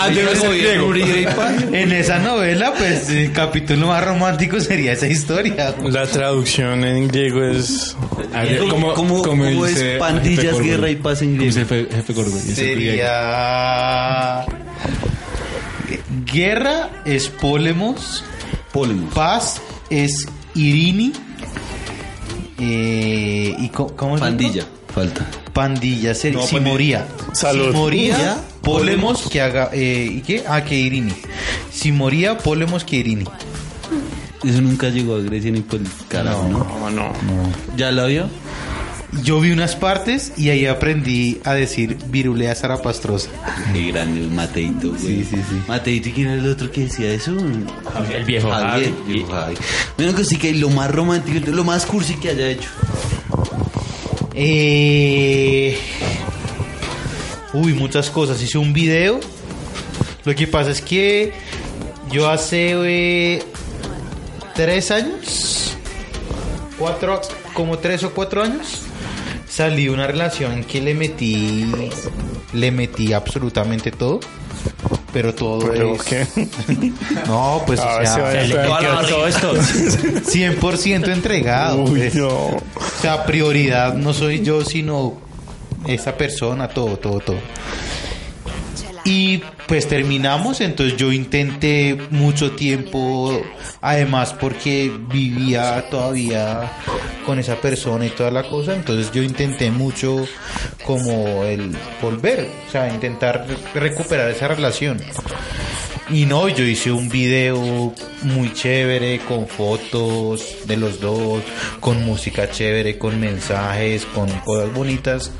Ah, debe ser griego. En esa novela, pues el capítulo más romántico sería esa historia. La traducción en griego es. ¿Cómo- cómo- cómo es dice pandillas, jefe Gorgori? guerra y paz en ¿Cómo dice griego? jefe- jefe Gorgori? Es en griego. Sería guerra es polemos, Polemos. paz es irini eh, y co- cómo es el otro? Pandilla, falta. Pandilla, se, No, si pandilla. moría. Salud. Si moría, Polemos que haga. eh, ¿Y qué? Ah, que Irini. Si moría, Polemos que Irini. Eso nunca llegó a Grecia ni por el carajo, ¿no? ¿Ya la vio? Yo vi unas partes y ahí aprendí a decir virulea zarapastrosa. Qué grande, Mateito, güey. Sí, sí, sí. Mateito, ¿y quién era el otro que decía eso? El viejo Javier. Javi. viejo Javi. Bueno, Costica, y lo más romántico, lo más cursi que haya hecho. Eh, Uy, muchas cosas. Hice un video. Lo que pasa es que yo hace eh, tres años, cuatro, como tres o cuatro años, salí de una relación que le metí, le metí absolutamente todo. Pero todo es... No, pues o sea, todo esto. 100% entregado. pues. O sea, prioridad no soy yo, sino esta persona, todo, todo, todo. Y pues terminamos, entonces yo intenté mucho tiempo, además porque vivía todavía con esa persona y toda la cosa, entonces yo intenté mucho como el volver, o sea, intentar recuperar esa relación. Y no, yo hice un video muy chévere con fotos de los dos, con música chévere, con mensajes, con cosas bonitas.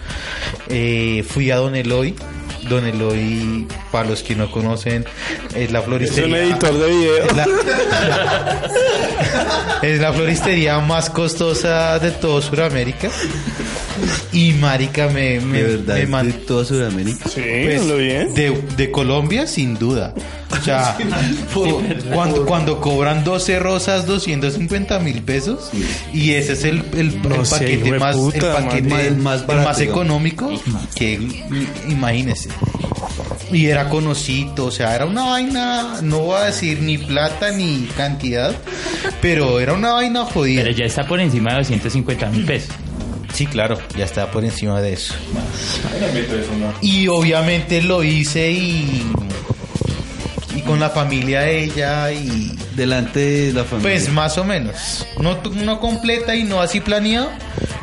Eh, fui a Don Eloy. Don Eloy, para los que no conocen, es la floristería. de video. Es la, es la floristería más costosa de todo Sudamérica. Y marica me, me, De verdad, me de mandó toda Sudamérica. Sí, pues, de, de Colombia, sin duda. O sea, cuando, cuando cobran 12 rosas, 250 mil pesos. Y ese es el, el- el sé, paquete hijo de más, el puta, paquete madre. el Más más, barato, digamos. económico que imagínese. Y era conocido, o sea, era una vaina, no voy a decir ni plata ni cantidad, pero era una vaina jodida. Pero ya está por encima de 250 mil pesos. Sí, claro, ya está por encima de eso. Y obviamente lo hice y, y y con la familia de ella y Delante de la familia. pues más o menos. No, tu- no completa y no así planeado,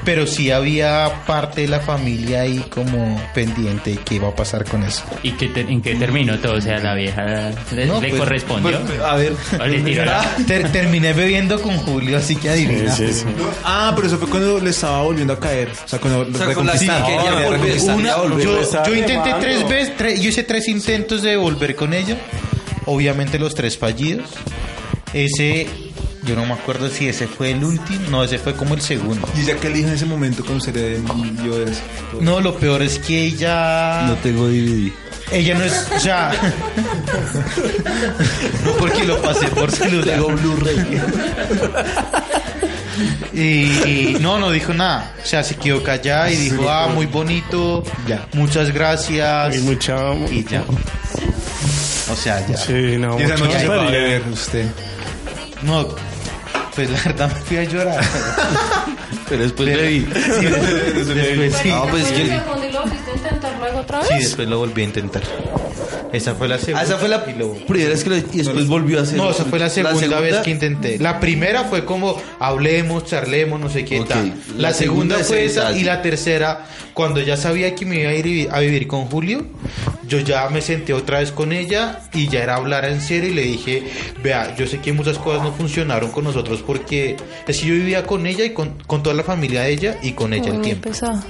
pero sí había parte de la familia ahí como pendiente y qué iba a pasar con eso. ¿Y qué te- en qué terminó todo? O sea, la vieja le, No, le pues, correspondió. pues, a ver, O le tiró la- Ter- terminé bebiendo con Julio, así que adivina. Sí, sí. Ah, pero eso fue cuando le estaba volviendo a caer. O sea, cuando sea, con la que reconquistaba. quería Ah, volver. reconquistaba. Una- Yo, Está yo intenté remando. tres veces, tres- yo hice tres intentos de volver con ella. Obviamente los tres fallidos. Ese, yo no me acuerdo si ese fue el último, no, ese fue como el segundo. Y ya que le dijo en ese momento cuando se le dio eso. No, lo peor es que ella... No tengo DVD. Ella no es, o sea, no porque lo pasé por celular. Y, y no, no dijo nada. O sea, se quedó callada y dijo, ah, muy bonito, Ya. muchas gracias. Y mucha. Y ya. O sea, ya. Sí, no, Y esa mucha noche se va a barbaridad. beber usted. No, pues la verdad me fui a llorar. Pero después Pero- bebí. Sí, después, después sí. No, pues yo- segundo y lo volviste a intentar luego otra Sí, vez. después lo volví a intentar. Esa fue la segunda. Ah, esa fue la Y lo- primera vez que lo... Y después volvió a hacer. No, esa fue la segunda, vez que intenté. La primera fue como hablemos, charlemos, no sé qué Ok. tal. La, La segunda segunda, es fue el esa detalle. y la tercera, cuando ya sabía que me iba a ir vi- a vivir con Julio, yo ya me senté otra vez con ella y ya era hablar en serio y le dije, vea, yo sé que muchas cosas no funcionaron con nosotros porque es que yo vivía con ella y con, con toda la familia de ella y con ella el tiempo. Empezó.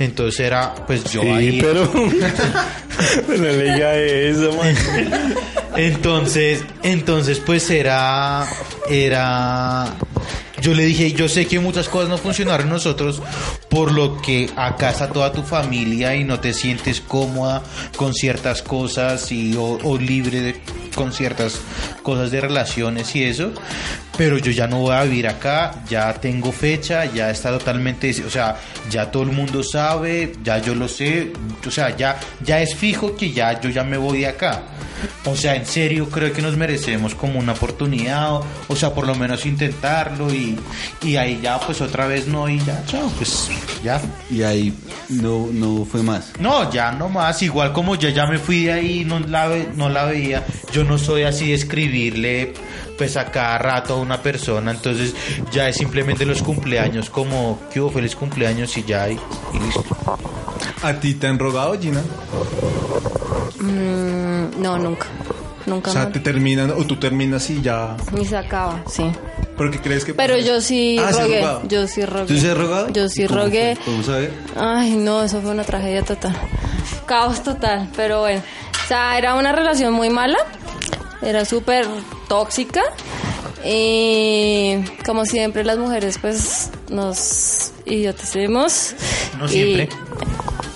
Entonces era, pues yo Sí, ahí... pero. pero le diga eso, man. Entonces, entonces pues era, era, yo le dije, yo sé que muchas cosas no funcionaron en nosotros, por lo que acá está toda tu familia y no te sientes cómoda con ciertas cosas y, o, o libre de- con ciertas cosas de relaciones y eso, pero yo ya no voy a vivir acá, ya tengo fecha, ya está totalmente, o sea, ya todo el mundo sabe, ya yo lo sé, o sea, ya, ya es fijo que ya yo ya me voy de acá. O sea, en serio creo que nos merecemos como una oportunidad, o, o sea, por lo menos intentarlo y, y ahí ya pues otra vez no y ya, chao, pues ya. Y ahí no, no fue más. No, ya no más, igual como yo ya me fui de ahí, no la, ve- no la veía, yo no soy así de escribirle pues a cada rato a una persona, entonces ya es simplemente los cumpleaños, como que hubo feliz cumpleaños y ya y, y listo. ¿A ti te han rogado, Gina? Mm, no, nunca. Nunca O sea, más. te terminan o tú terminas y ya. Ni se acaba, sí. ¿Por qué crees que.? Pero yo sí Ah, sí, rogué. rogado. Yo sí rogué. ¿Tú se has rogado? Yo sí ¿Y cómo rogué. fue? ¿Cómo sabe? Ay, no, eso fue una tragedia total. Caos total, pero bueno. O sea, era una relación muy mala. Era súper tóxica. Y como siempre las mujeres pues nos idioticemos. No siempre.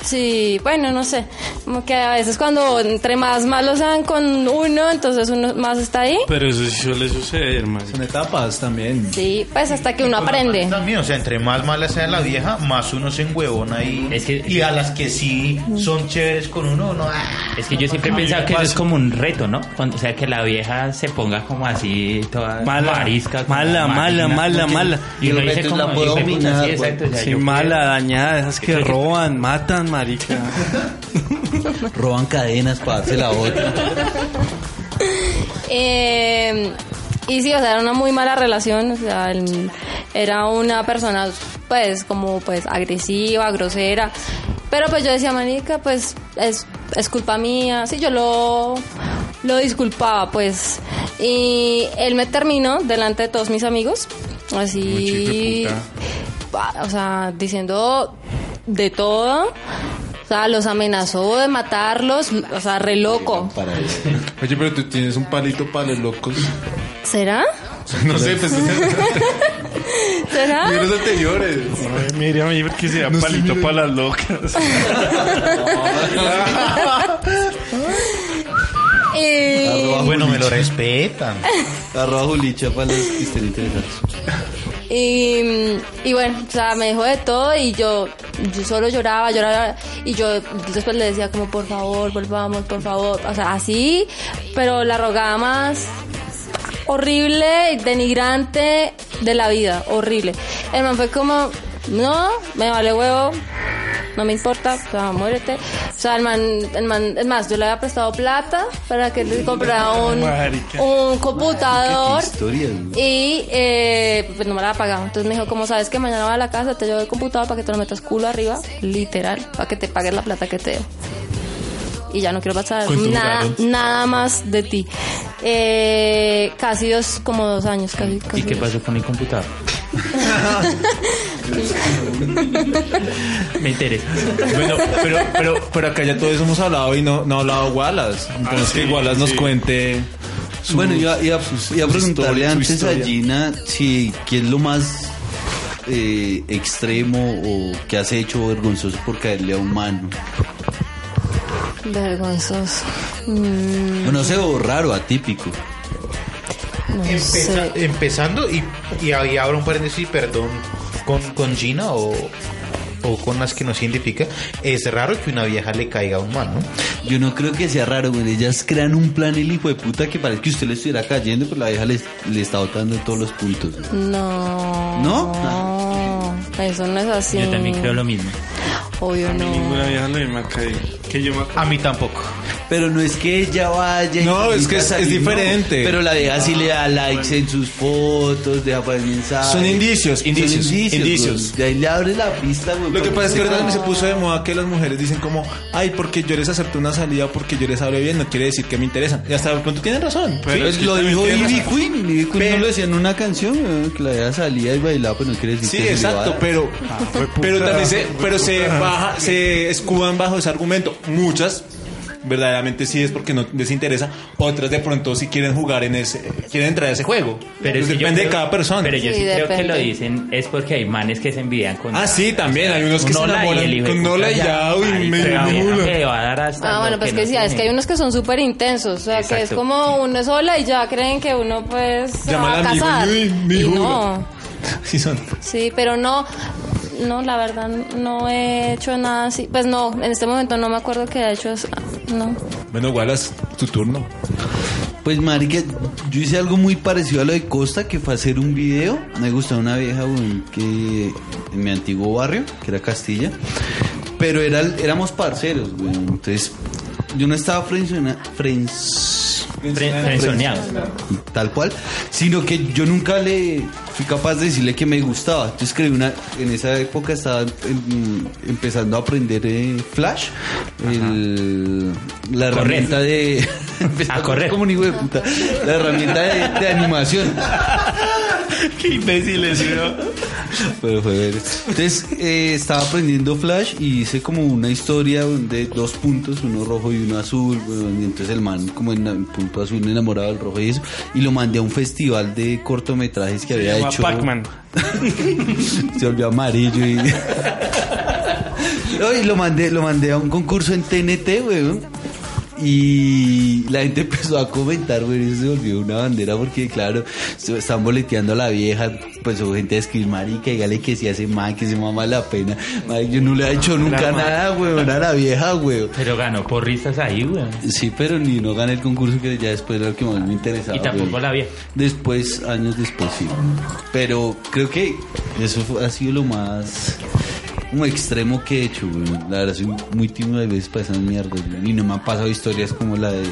Sí, bueno, no sé. Como que a veces cuando entre más malos sean con uno, entonces uno más está ahí. Pero eso sí suele suceder, man. Son etapas también. Sí, pues hasta que uno aprende. También, o sea, entre más mala sea la vieja, más uno se enhuevona y, Es que- y a las que sí son chéveres con uno, uno... ah, Es que yo siempre he pensado que eso es como un reto, ¿no? Cuando- o sea, que la vieja se ponga como así, toda Mala, marisca. como mala, mala, marina. mala, mala. Y uno dice como, la puedo pues, "Hijo de puta, dominar, sí, exacto, o sea, Sí, yo mala, dañada, esas que Entonces- roban, matan, marica. Roban cadenas para darse la otra. Eh, y sí, o sea, era una muy mala relación. O sea, el- era una persona, pues, como, pues, agresiva, grosera. Pero pues yo decía, manica, pues, es, es culpa mía. Sí, yo lo, lo disculpaba, pues. Y él me terminó delante de todos mis amigos. Así. pa- O sea, diciendo de todo. O sea, los amenazó de matarlos. O sea, re loco. Para eso. Oye, pero tú tienes un palito para los locos. ¿Será? No sé, pues. ¿Será? Libros anteriores. Ay, mira, mira, porque sea palito para las locas. Eh, Bueno, me lo respetan. Arroba Julicha para los que estén interesados. Y, y bueno, o sea, me dejó de todo y yo, yo solo lloraba, lloraba. Y yo después le decía como, por favor, volvamos, por favor. O sea, así, pero la rogaba más horrible, denigrante de la vida, horrible. El man fue como, no, me vale huevo, no me importa, o sea, muérete. O sea, el man, el man, es más, yo le había prestado plata para que le comprara un, Marica. un computador. historia, güey. Y eh, pues no me la ha pagado. Entonces me dijo, como sabes que mañana va a la casa, te llevo el computador para que te lo metas culo arriba, literal, para que te pagues la plata que te debo. Y ya no quiero pasar ¿Cuánto nada, duraron? nada más de ti. Eh, casi dos, como dos años. Casi, ¿Y casi qué dos. pasó con el computador? Me interesa. Bueno, pero, pero, pero acá ya todos hemos hablado y no, no ha hablado Wallace. Entonces Ah, que sí, Wallace nos sí. cuente. su- Bueno, iba, iba, pues, sus- iba a sus preguntarle historias, su antes a historia. Gina si qué es lo más eh, extremo o que has hecho vergonzoso por caerle a un man. Vergonzoso. Mm, O No sé, o raro, atípico. no Empeza- sé. empezando y, y ahí abro un paréntesis, perdón, con, con Gina o, o con las que nos identifica, es raro que una vieja le caiga a un man, ¿no? Yo no creo que sea raro, güey. Ellas crean un plan el hijo de puta que parece que usted le estuviera cayendo, pero la vieja le, le está botando todos los puntos. güey. No. ¿No? Eso no es así. Yo también creo lo mismo. Obvio no. Ninguna vieja le me ha caído. Que yo me acuerdo. A mí tampoco. Pero no es que ella vaya. y No, es que es- a salir, es diferente. no. Pero la vieja sí le da likes en sus fotos, deja para el mensaje. Son indicios, indicios, indicios. Y ahí le abre la pista, güey. Lo que para pasa es que usted- ahorita se puso de moda que las mujeres dicen como, ay, porque yo les acepto una salida, porque yo les hablo bien, no quiere decir que me interesan. Y hasta de pronto tienen razón. Pero Pues es que lo también dijo tiene Ivy razón. Queen. Ivy Queen no lo decía en una canción, güey, que la vieja salía y bailaba, pues no quiere decir Sí, que se exacto, llevara. pero, pero también se, pero se baja, se escudan bajo ese argumento. Muchas verdaderamente sí es porque no les interesa, otras de pronto sí quieren jugar en ese, quieren entrar a ese juego. Pero Pues es que yo depende de creo- cada persona. Pero yo sí, Sí, creo que depende. lo dicen es porque hay manes que se envidian con. Ah, sí, también hay unos que con se Ola y enamoran el hijo de con puta Nola y ya, uy, marica, me la vieja enamoro. que va a dar hasta Ah, bueno, lo pues que no sí, es tiene. que hay unos que son súper intensos, o sea, que es Exacto. como uno es sola y ya creen que uno pues se Llama va a al amigo, casar. "Uy, mi y hijo". no, Sí son. sí, pero no, no, la verdad no he hecho nada así, pues no, en este momento no me acuerdo que he hecho, eso. no. Bueno, Wallace, tu turno. Pues marica, yo hice algo muy parecido a lo de Costa, que fue hacer un video. Me gustaba una vieja weón, que en mi antiguo barrio, que era Castilla. Pero era, éramos parceros, weón. Entonces, yo no estaba frenzona- frens- Fren- frenzoneados. tal cual, sino que yo nunca le fui capaz de decirle que me gustaba. Yo escribí una, en esa época estaba em, empezando a aprender eh, Flash, el- la Correr. herramienta de A correr. como un hijo de puta, la herramienta de, de animación. Qué imbéciles, weón. Pero fue ver. Entonces eh, estaba aprendiendo Flash y hice como una historia de dos puntos, uno rojo y uno azul. weón, y entonces el man, como en el punto azul, enamorado del rojo y eso. Y lo mandé a un festival de cortometrajes que Se había llama hecho. Pac-Man. Se volvió amarillo y. No, y lo mandé, lo mandé a un concurso en TNT, weón. Y la gente empezó a comentar, güey, eso se volvió una bandera porque, claro, se- están boleteando a la vieja, pues hubo gente a escribir, marica, dígale que si hace mal, que se mama la pena. Madre, yo no le he hecho nunca Claro, nada, weón, a la vieja, weón. Pero ganó por risas ahí, güey. Sí, pero ni no gané el concurso que ya después era lo que más me interesaba. Y tampoco güey. la había. Después, años después, sí. Pero creo que eso fue- ha sido lo más como extremo que he hecho, güey. La verdad, soy muy tímido a veces para esas mierdas, güey. Y no me han pasado historias como la de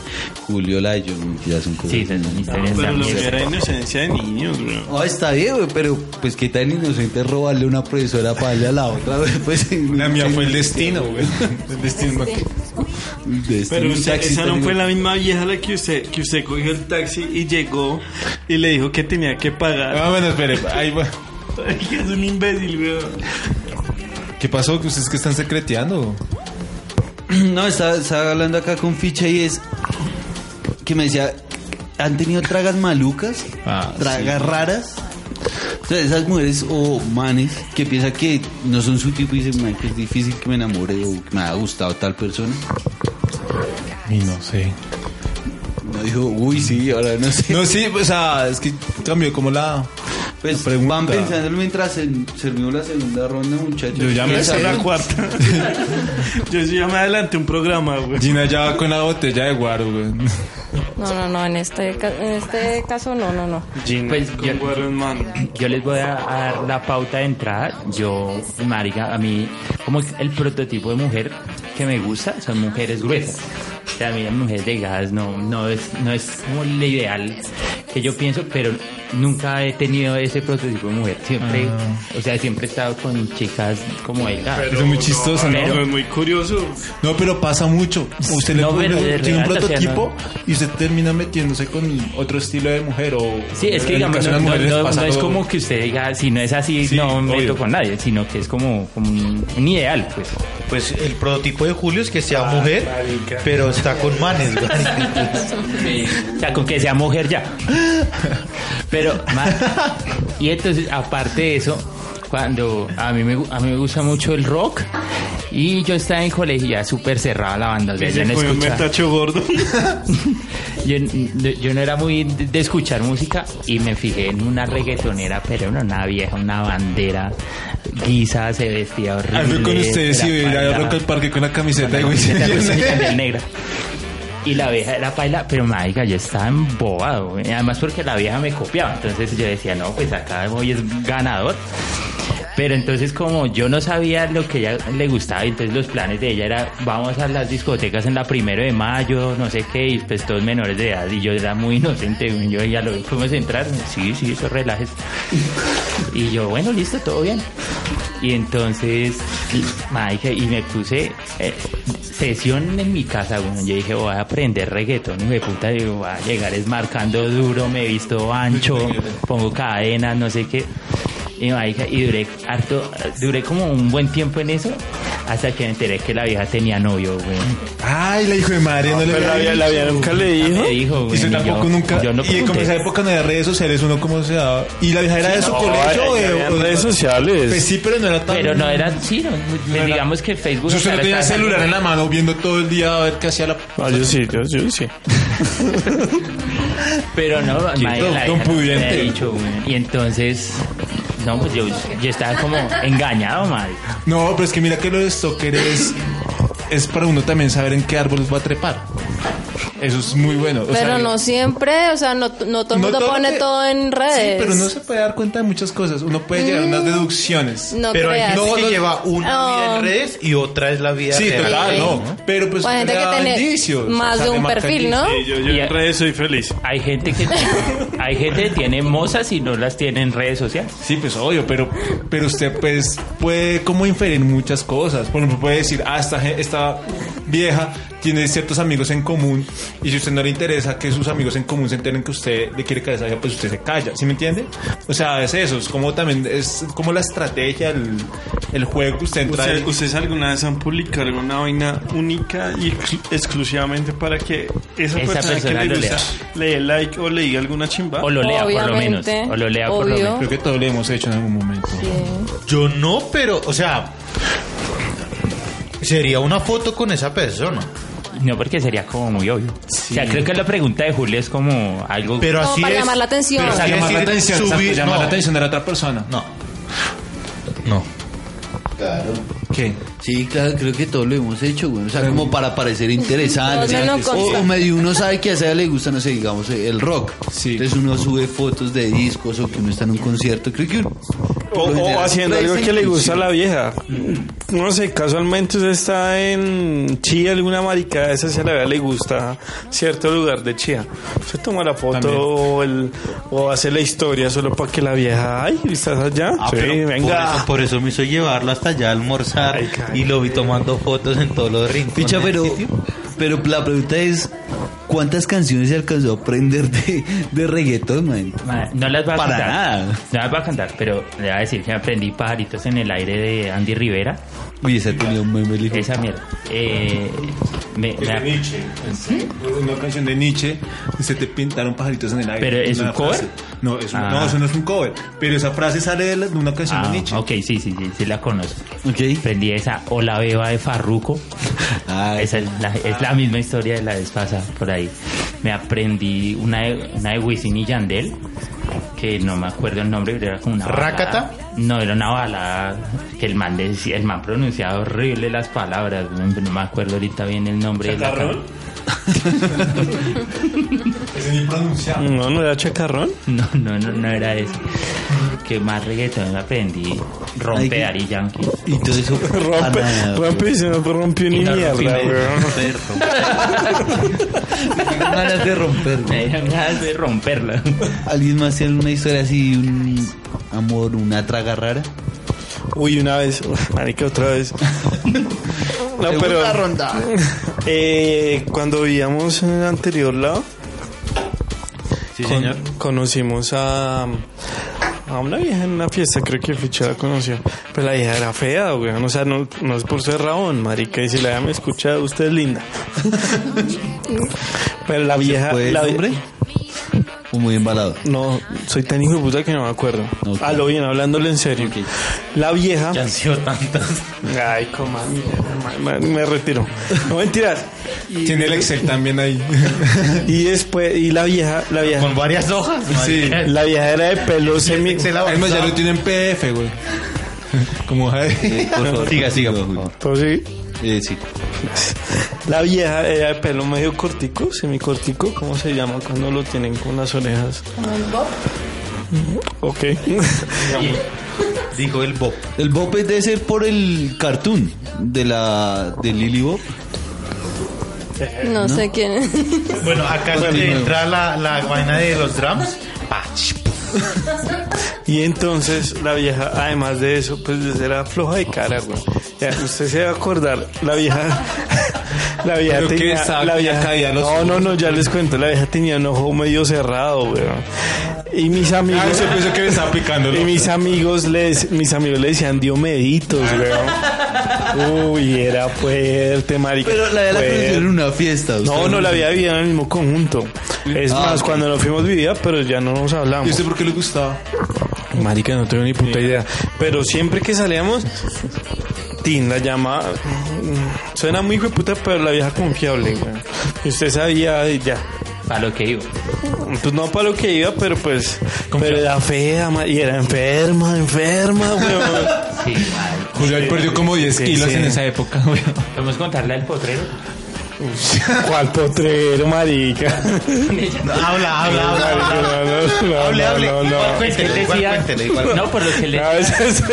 Julio, la de yo, güey, que ya son cosas. Sí, esas son historias Pero lo también. que era inocencia de niños, weón. Ah, está bien, güey, pero pues qué tan inocente es robarle una profesora para allá a la otra, güey. Pues, La mía fue el destino, güey. El destino. Pero usted, esa no fue la misma vieja la que usted, que usted cogió el taxi y llegó y le dijo que tenía que pagar. Ah, bueno, espere, ahí va. es un imbécil, weón. ¿Qué pasó? ¿Que ¿Ustedes que están secreteando? No, estaba, estaba hablando acá con Ficha y es que me decía, ¿han tenido tragas malucas? Ah, tragas raras. O sea, esas mujeres o manes que piensan que no son su tipo y dicen, "Man, que es difícil que me enamore o que me ha gustado tal persona. Y no sé. No dijo, uy, sí, ahora no sé. No, sí, o sea, es que cambió como la. pues pregunta. van pensándolo mientras en- servimos la segunda ronda, muchachos. Yo ya me ¿Qué sé saben? la cuarta. Yo sí ya me adelanté un programa, weón. Gina ya va con la botella de guaro, güey. No, no, no, en este, ca- en este caso no, no, no. Gin Pues, con yo- guaro en mano. Yo les voy a, a dar la pauta de entrada. Yo, marica, a mí, como el prototipo de mujer que me gusta son mujeres gruesas. O sea, a mí las mujeres delgadas no, no, es, no es como lo ideal que yo pienso, pero nunca he tenido ese prototipo de mujer. Siempre, o sea, siempre he estado con chicas como delgadas. Pero Ah. es muy no, chistoso, ¿no? pero es muy curioso. No, pero pasa mucho. Usted le No, pone- pero de tiene un real, o sea, prototipo no. y usted termina metiéndose con otro estilo de mujer o... Sí, es que en el digamos, caso de no, las mujeres no- no pasa es todo. como que usted diga, si no es así, Sí, no me meto obvio. con nadie, sino que es como, como un, un ideal, pues. Pues el prototipo de Julio es que sea mujer, Ah, pero está con manes, güey. O sea, con que sea mujer ya. Pero, ma- y entonces, aparte de eso, cuando a mí me, gu- a mí me gusta mucho el rock, y yo estaba en colegio y ya súper cerrada la banda, o sea, yo Ese no fue un escuchaba- metacho gordo. yo, yo no era muy de de escuchar música y me fijé en una reggaetonera, pero era una vieja, una bandera guisa, se vestía horrible. Algo con ustedes era y ir paila. a Rock al Parque con la Con la camiseta de camiseta Wisin rosa y y Yandel. camiseta negra. Y la vieja era paila, pero marica, yo estaba embobado. güey. Además porque la vieja me copiaba. Entonces yo decía, no, pues acá hoy es ganador. Pero entonces como yo no sabía lo que a ella le gustaba, entonces los planes de ella era vamos a las discotecas en la primero de mayo, no sé qué, y pues todos menores de edad, y yo era muy inocente, güey. yo ya lo fuimos a entrar, sí, sí, eso relajes. Y yo, bueno, listo, todo bien. Y entonces, marica, y me puse eh, sesión en mi casa, bueno, yo dije, voy a aprender reggaetón, y me puta, digo, voy a llegar es marcando duro, me he visto ancho, pongo cadenas, no sé qué. Y, marica, y duré harto, duré como un buen tiempo en eso, hasta que me enteré que la vieja tenía novio, güey. Ay, la hijo de madre, no, le Pero la había vía, la vía nunca le dijo. Me dijo, Y usted güey, tampoco yo- nunca. yo no y como en esa pregunté. época no había redes sociales, uno como se daba. Y la vieja era de su No, colegio, ya eh, habían o- redes Pues sociales. sí, pero no era tan. Pero no era, sí, no, digamos que Facebook... Si usted no estaba- tenía el celular en la mano viendo todo el día a ver qué hacía la. No, Ah, yo sí, yo, yo sí. Pero no, don- Mael la don hija no me pudiente. había dicho, güey. Y entonces, no, pues yo, yo estaba como engañado, madre. No, pero es que mira que lo de Stalker es. Es para uno también saber en qué árboles va a trepar. Eso es muy bueno. o Pero sea, no siempre, o sea, no, no todo el no mundo todo pone que- todo en Sí, redes. Mm, pero no se puede dar cuenta de muchas cosas. Uno puede llegar a unas deducciones. No Pero hay creas. gente que lleva una vida Oh. en redes y otra es la vida Sí, real. total, no. Pero pues. O hay gente le que da tiene indicios, más o sea, de le un marca perfil, indicios. ¿no? Sí, yo, yo Y- en redes soy feliz. Hay gente que hay gente que tiene mozas y no las tiene en redes sociales. Sí, pues obvio, pero, pero usted pues puede como inferir muchas cosas. Por ejemplo, puede decir, ah, esta, gen- esta vieja tiene ciertos amigos en común y si a usted no le interesa que sus amigos en común se enteren que usted le quiere cabeza, pues usted se calla, ¿sí me entiende? O sea, es eso, es como también, es como la estrategia, el, el juego que usted entra ¿Ustedes, ahí. ustedes alguna vez han publicado alguna vaina única y exclu- exclusivamente para que esa, Esa persona, persona que lo le lea. gusta le dé like o le diga alguna chimba? O lo lea Obviamente, por lo menos. O lo lea por lo obvio. menos. Creo que todo lo hemos hecho en algún momento. Yo no, pero, o sea, sería una foto con esa persona. No porque sería como muy obvio. O sea, creo que la pregunta de Julio es como algo Pero Como así para es. llamar la atención. Pero Para así Llamar la es ir- atención, exacto, subir- llamar no, la atención de la otra persona. No. No. ¿Qué? Sí, claro, creo que todos lo hemos hecho, güey. O sea, como para parecer interesante. No, no, no, o, consta. o medio uno sabe que a ella le gusta, no sé, digamos, eh, el rock. Sí. Entonces uno sube fotos de discos o que uno está en un Pues, concierto. Creo que uno. O, por lo o general, haciendo trae algo esa que le gusta a intención. la vieja. No sé, casualmente usted está en Chía, alguna maricada esa si a la vieja le gusta cierto lugar de Chía. Usted toma la foto o, el, o hace la historia solo para que la vieja, ay, ¿estás allá? Ah, sí, pero Por venga. eso, por eso me hizo llevarlo hasta allá a almorzar Ay, caray. y lo vi tomando fotos en todos los rincones. Picha, del pero, sitio. pero la pregunta es: ¿cuántas canciones se alcanzó a aprender de, de reggaetón, man? Ma- No las va a Para cantar. nada. No las va a cantar, pero le voy a decir que aprendí pajaritos en el aire de Andy Rivera. Uy, esa tenía un meme, el hijo. Esa mierda. Eh, me- me- de Nietzsche. Una canción de Nietzsche, se te pintaron pajaritos en el aire. ¿Pero es Una un cover? frase. No, es un- Ah. no, eso no es un cover. Pero esa frase sale de, la- de una canción Ah, de Nietzsche. ok, sí, sí, sí, sí la conozco. Ok. Aprendí esa o la beba de Farruco. Ay. Esa es la, es la misma historia de la vez pasada por ahí. Me aprendí una de, una de Wisin y Yandel, que no me acuerdo el nombre, pero era como una balada. ¿Rácata? No, era una balada que el man decía, el man pronunciaba horrible las palabras, no no me acuerdo ahorita bien el nombre de la ¿Chacarrón? can- Es ni pronunciado. No, no era chacarrón. No, no, no, no era eso. Que más reggaetón aprendí, rompe Ari Yankee. Y todo eso. Rompe, Ah, no, rompe y se no rompió ni Y no mierda, rompí nada. weón. Tengo ganas de romper. Me dieron ganas de romperla. ¿Alguien más tiene una historia así, un amor, una traga rara? Uy, una vez, marica, otra vez. No, pero eh, cuando vivíamos en el anterior lado, Sí, con- señor. conocimos a, a una vieja en una fiesta, creo que Ficho la conoció. Pero la vieja era fea, weón. O sea, no, no es por ser rabón, marica. Y si la vieja me escucha, usted es linda. Pero la vieja... ¿Fue el la vie- hombre? ¿O muy embalado? No, soy tan hijo de puta que no me acuerdo. Ok. A lo bien, hablándole en serio. Ok. La vieja... Ya han sido tantas. Ay, coma, mierda, ma- ma- me retiro. No mentiras. Y, Tiene el Excel también ahí. y después, y la vieja, la vieja, Con varias hojas. sí. la vieja era de pelo semi. Además, ya lo tiene en PDF, güey. Como Eh, por favor, siga, siga, por favor. Entonces, Eh, sí. la vieja era de pelo medio cortico, semicortico, ¿cómo se llama cuando lo tienen con las orejas? Ok. Dijo el Bob. El Bob es de ser por el cartoon de la de Lily Bob. No, sé quién es. Bueno, acá se entra la, la vaina de los drums. Pa, ch, Y entonces la vieja, además de eso, pues era floja de cara, güey. Ya, usted se va a acordar, la vieja, la vieja Pero qué tenía, saco, la ya vieja, caía los no, no, no, ya les cuento, la vieja tenía un ojo medio cerrado, güey. Y mis amigos, Ah, se pensó que le estaba picando. y mis amigos les, mis amigos le decían diomeditos, güey. Uy, era fuerte, marica. Pero la de la fuerte. conocieron en una fiesta. Pues, No, usted no la había vivido en el mismo conjunto. Es Ah, más, ok. cuando nos fuimos vivía, pero ya no nos hablamos. ¿Y usted por qué le gustaba? Marica, no tengo ni puta idea. Pero siempre que salíamos, Tin la llama. mm, Suena muy hijo de puta, pero la vieja confiable, güey. Y usted sabía y ya. Para lo que digo. Pues no para lo que iba, pero pues. Pero era fea, ma- y era enferma, enferma, güey. Sí, mal. Julio él perdió como 10 Sí, kilos sí. en esa época, güey. ¿Podemos contarle al potrero? ¿Cuál potrero, marica? Habla, habla, habla. habla. No, no, no, Hable, hable. no, no. Igual cuéntele, Él igual decía- cuéntele, igual. No, por lo que le No, eso, eso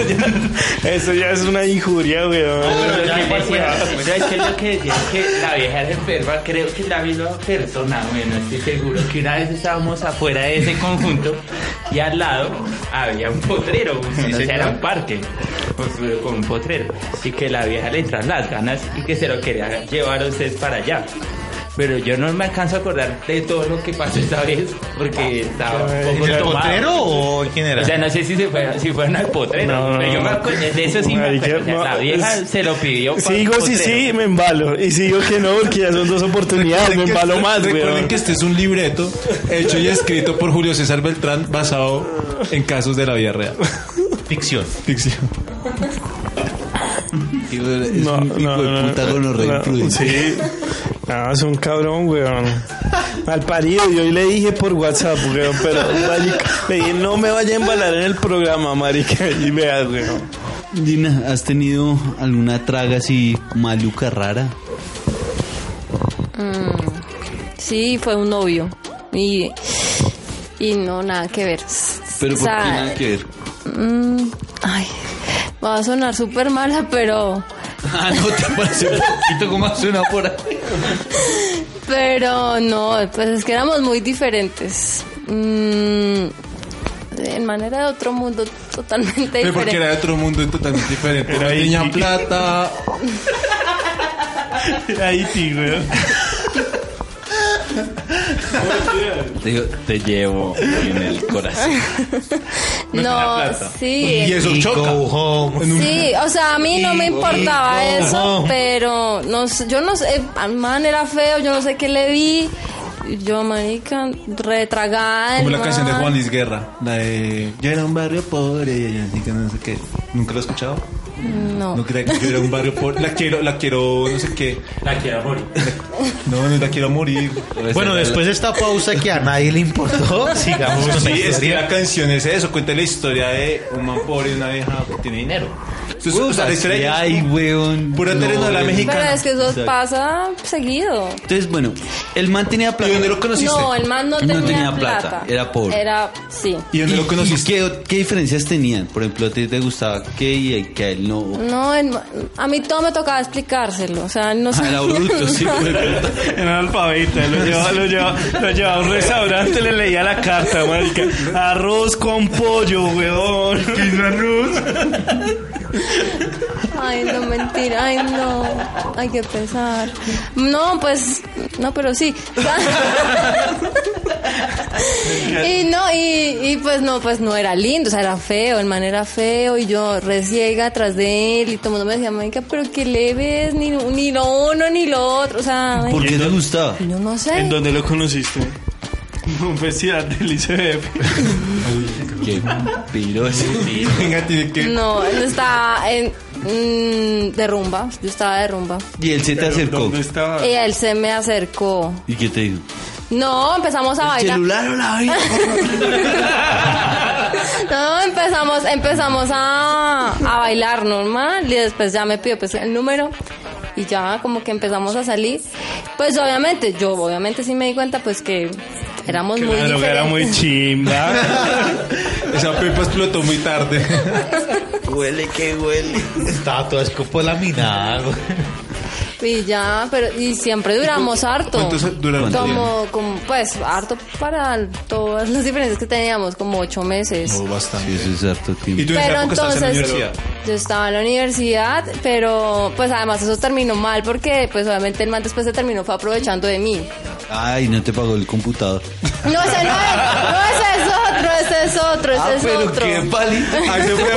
ya, eso ya es una injuria, güey. Pero ya igual fuera. ¿Sabes qué es lo que decía? Que la vieja era enferma, creo que la misma persona, bueno, estoy seguro que una vez estábamos afuera de ese conjunto y al lado había un potrero, o sea, era un parque construido con un potrero. Y que la vieja le entra las ganas y que se lo quería llevar a ustedes para allá. Pero yo no me alcanzo a acordar de todo lo que pasó esta vez porque estaba un poco ¿El tomado. potrero o quién era? O sea, no sé si se fue, si fueron al potrero. No, no, pero yo no. me acuerdo, de eso sí me Marica, acuerdo. O sea, no, la vieja es- se lo pidió. para Si el digo sí, potrero. sí, me embalo. Y si digo que no, porque ya son dos oportunidades, me embalo más, güey. Recuerden que este es un libreto hecho y escrito por Julio César Beltrán basado en casos de la vida real. ficción. Ficción. Es un hijo de puta con los no, Sí. Ah, es un cabrón, weón. Al parido, yo le dije por WhatsApp, weón, pero marica, le dije, no me vaya a embalar en el programa, marica. Y vea, weón. Dina, ¿has tenido alguna traga así maluca rara? Sí, fue un novio. Y, y no, nada que ver. Pero O ¿por qué sea, nada que ver? mm, ay, va a sonar súper mala, pero... Ah, no, te parece un poquito como suena por ahí. Pero no, pues es que éramos muy diferentes. Mm, en manera de otro mundo totalmente Pero porque diferente. era de otro mundo totalmente diferente. Era No ahí, tenía sí. plata. Ahí sí, weón. Te, te llevo en el corazón. No, Y sí. eso Y choca. go home. Sí, o sea, a mí no me Y- importaba y- eso, pero no, sé, yo no sé, al man era feo, yo no sé qué le vi. Yo, marica, retragada. Como el la canción de man. Juan Luis Guerra. La de Yo era un barrio pobre y así que no sé qué. ¿Nunca lo he escuchado? No. No creía que yo era un barrio pobre. La quiero, la quiero, no sé qué. La quiero morir. No, no, ya quiero morir. Bueno, después de esta pausa que a nadie le importó, sigamos con la Sí, es que historia. la canción es eso, cuenta la historia de un man pobre y una vieja que tiene dinero. Entonces, Pues, o sea, la historia es Ay, weón. pura telenovela Pero mexicana. es que eso pasa seguido. Entonces, bueno, el man tenía plata. ¿Y dónde lo conociste? No, el man no, No tenía, tenía plata, plata. era pobre. Era, sí. ¿Y dónde ¿Y- lo conociste? y qué, qué diferencias tenían? Por ejemplo, ¿a ti te gustaba qué y a- que a él no? No, el ma- a mí todo me tocaba explicárselo. O sea, no Ah, sabía era bruto, sí. nada. weón. Era alfabeta, lo llevaba, lo llevaba, lo llevaba a un restaurante, le leía la carta, marica. Arroz con pollo, weón. arroz? Ay, no, mentira. Ay, no. Hay que pensar. No, pues, no, pero sí. y no, y, y pues no, pues no era lindo, o sea, era feo, el man era feo y yo reciega atrás de él y todo el mundo me decía, marica, pero qué le ves, ni, ni lo uno ni lo otro, o sea, ay, ¿Por qué te gustaba? yo no sé. ¿En dónde lo conociste? En un festival del ICBF. Qué piro ese tío. Venga, tiene que. No, él estaba en, mm, de rumba, yo estaba de rumba. Y él se te acercó. ¿Dónde estaba? Y él se me acercó. ¿Y qué te dijo? No, empezamos a bailar. ¿Celular o la vaina? No, empezamos, empezamos a, a bailar normal y después ya me pidió pues el número y ya como que empezamos a salir. Pues obviamente, yo obviamente sí me di cuenta pues que éramos Que muy la droga era muy diferentes. chimba. Esa pepa explotó muy tarde. Huele que huele. Estaba toda escopolaminada. güey. Y ya, pero y siempre duramos harto. Entonces, duraron como, como, pues, harto para todas las diferencias que teníamos, como ocho meses. bastante. Sí, eso es harto tiempo. Y tú en esa Pero época estabas en la entonces universidad. yo estaba en la universidad, pero pues además eso terminó mal porque pues obviamente el man después se terminó fue aprovechando de mí. Ay, no te pagó el computador. No, ese no es, no ese es otro, ese es otro, Ah, ese es otro. palito. Ahí se fue,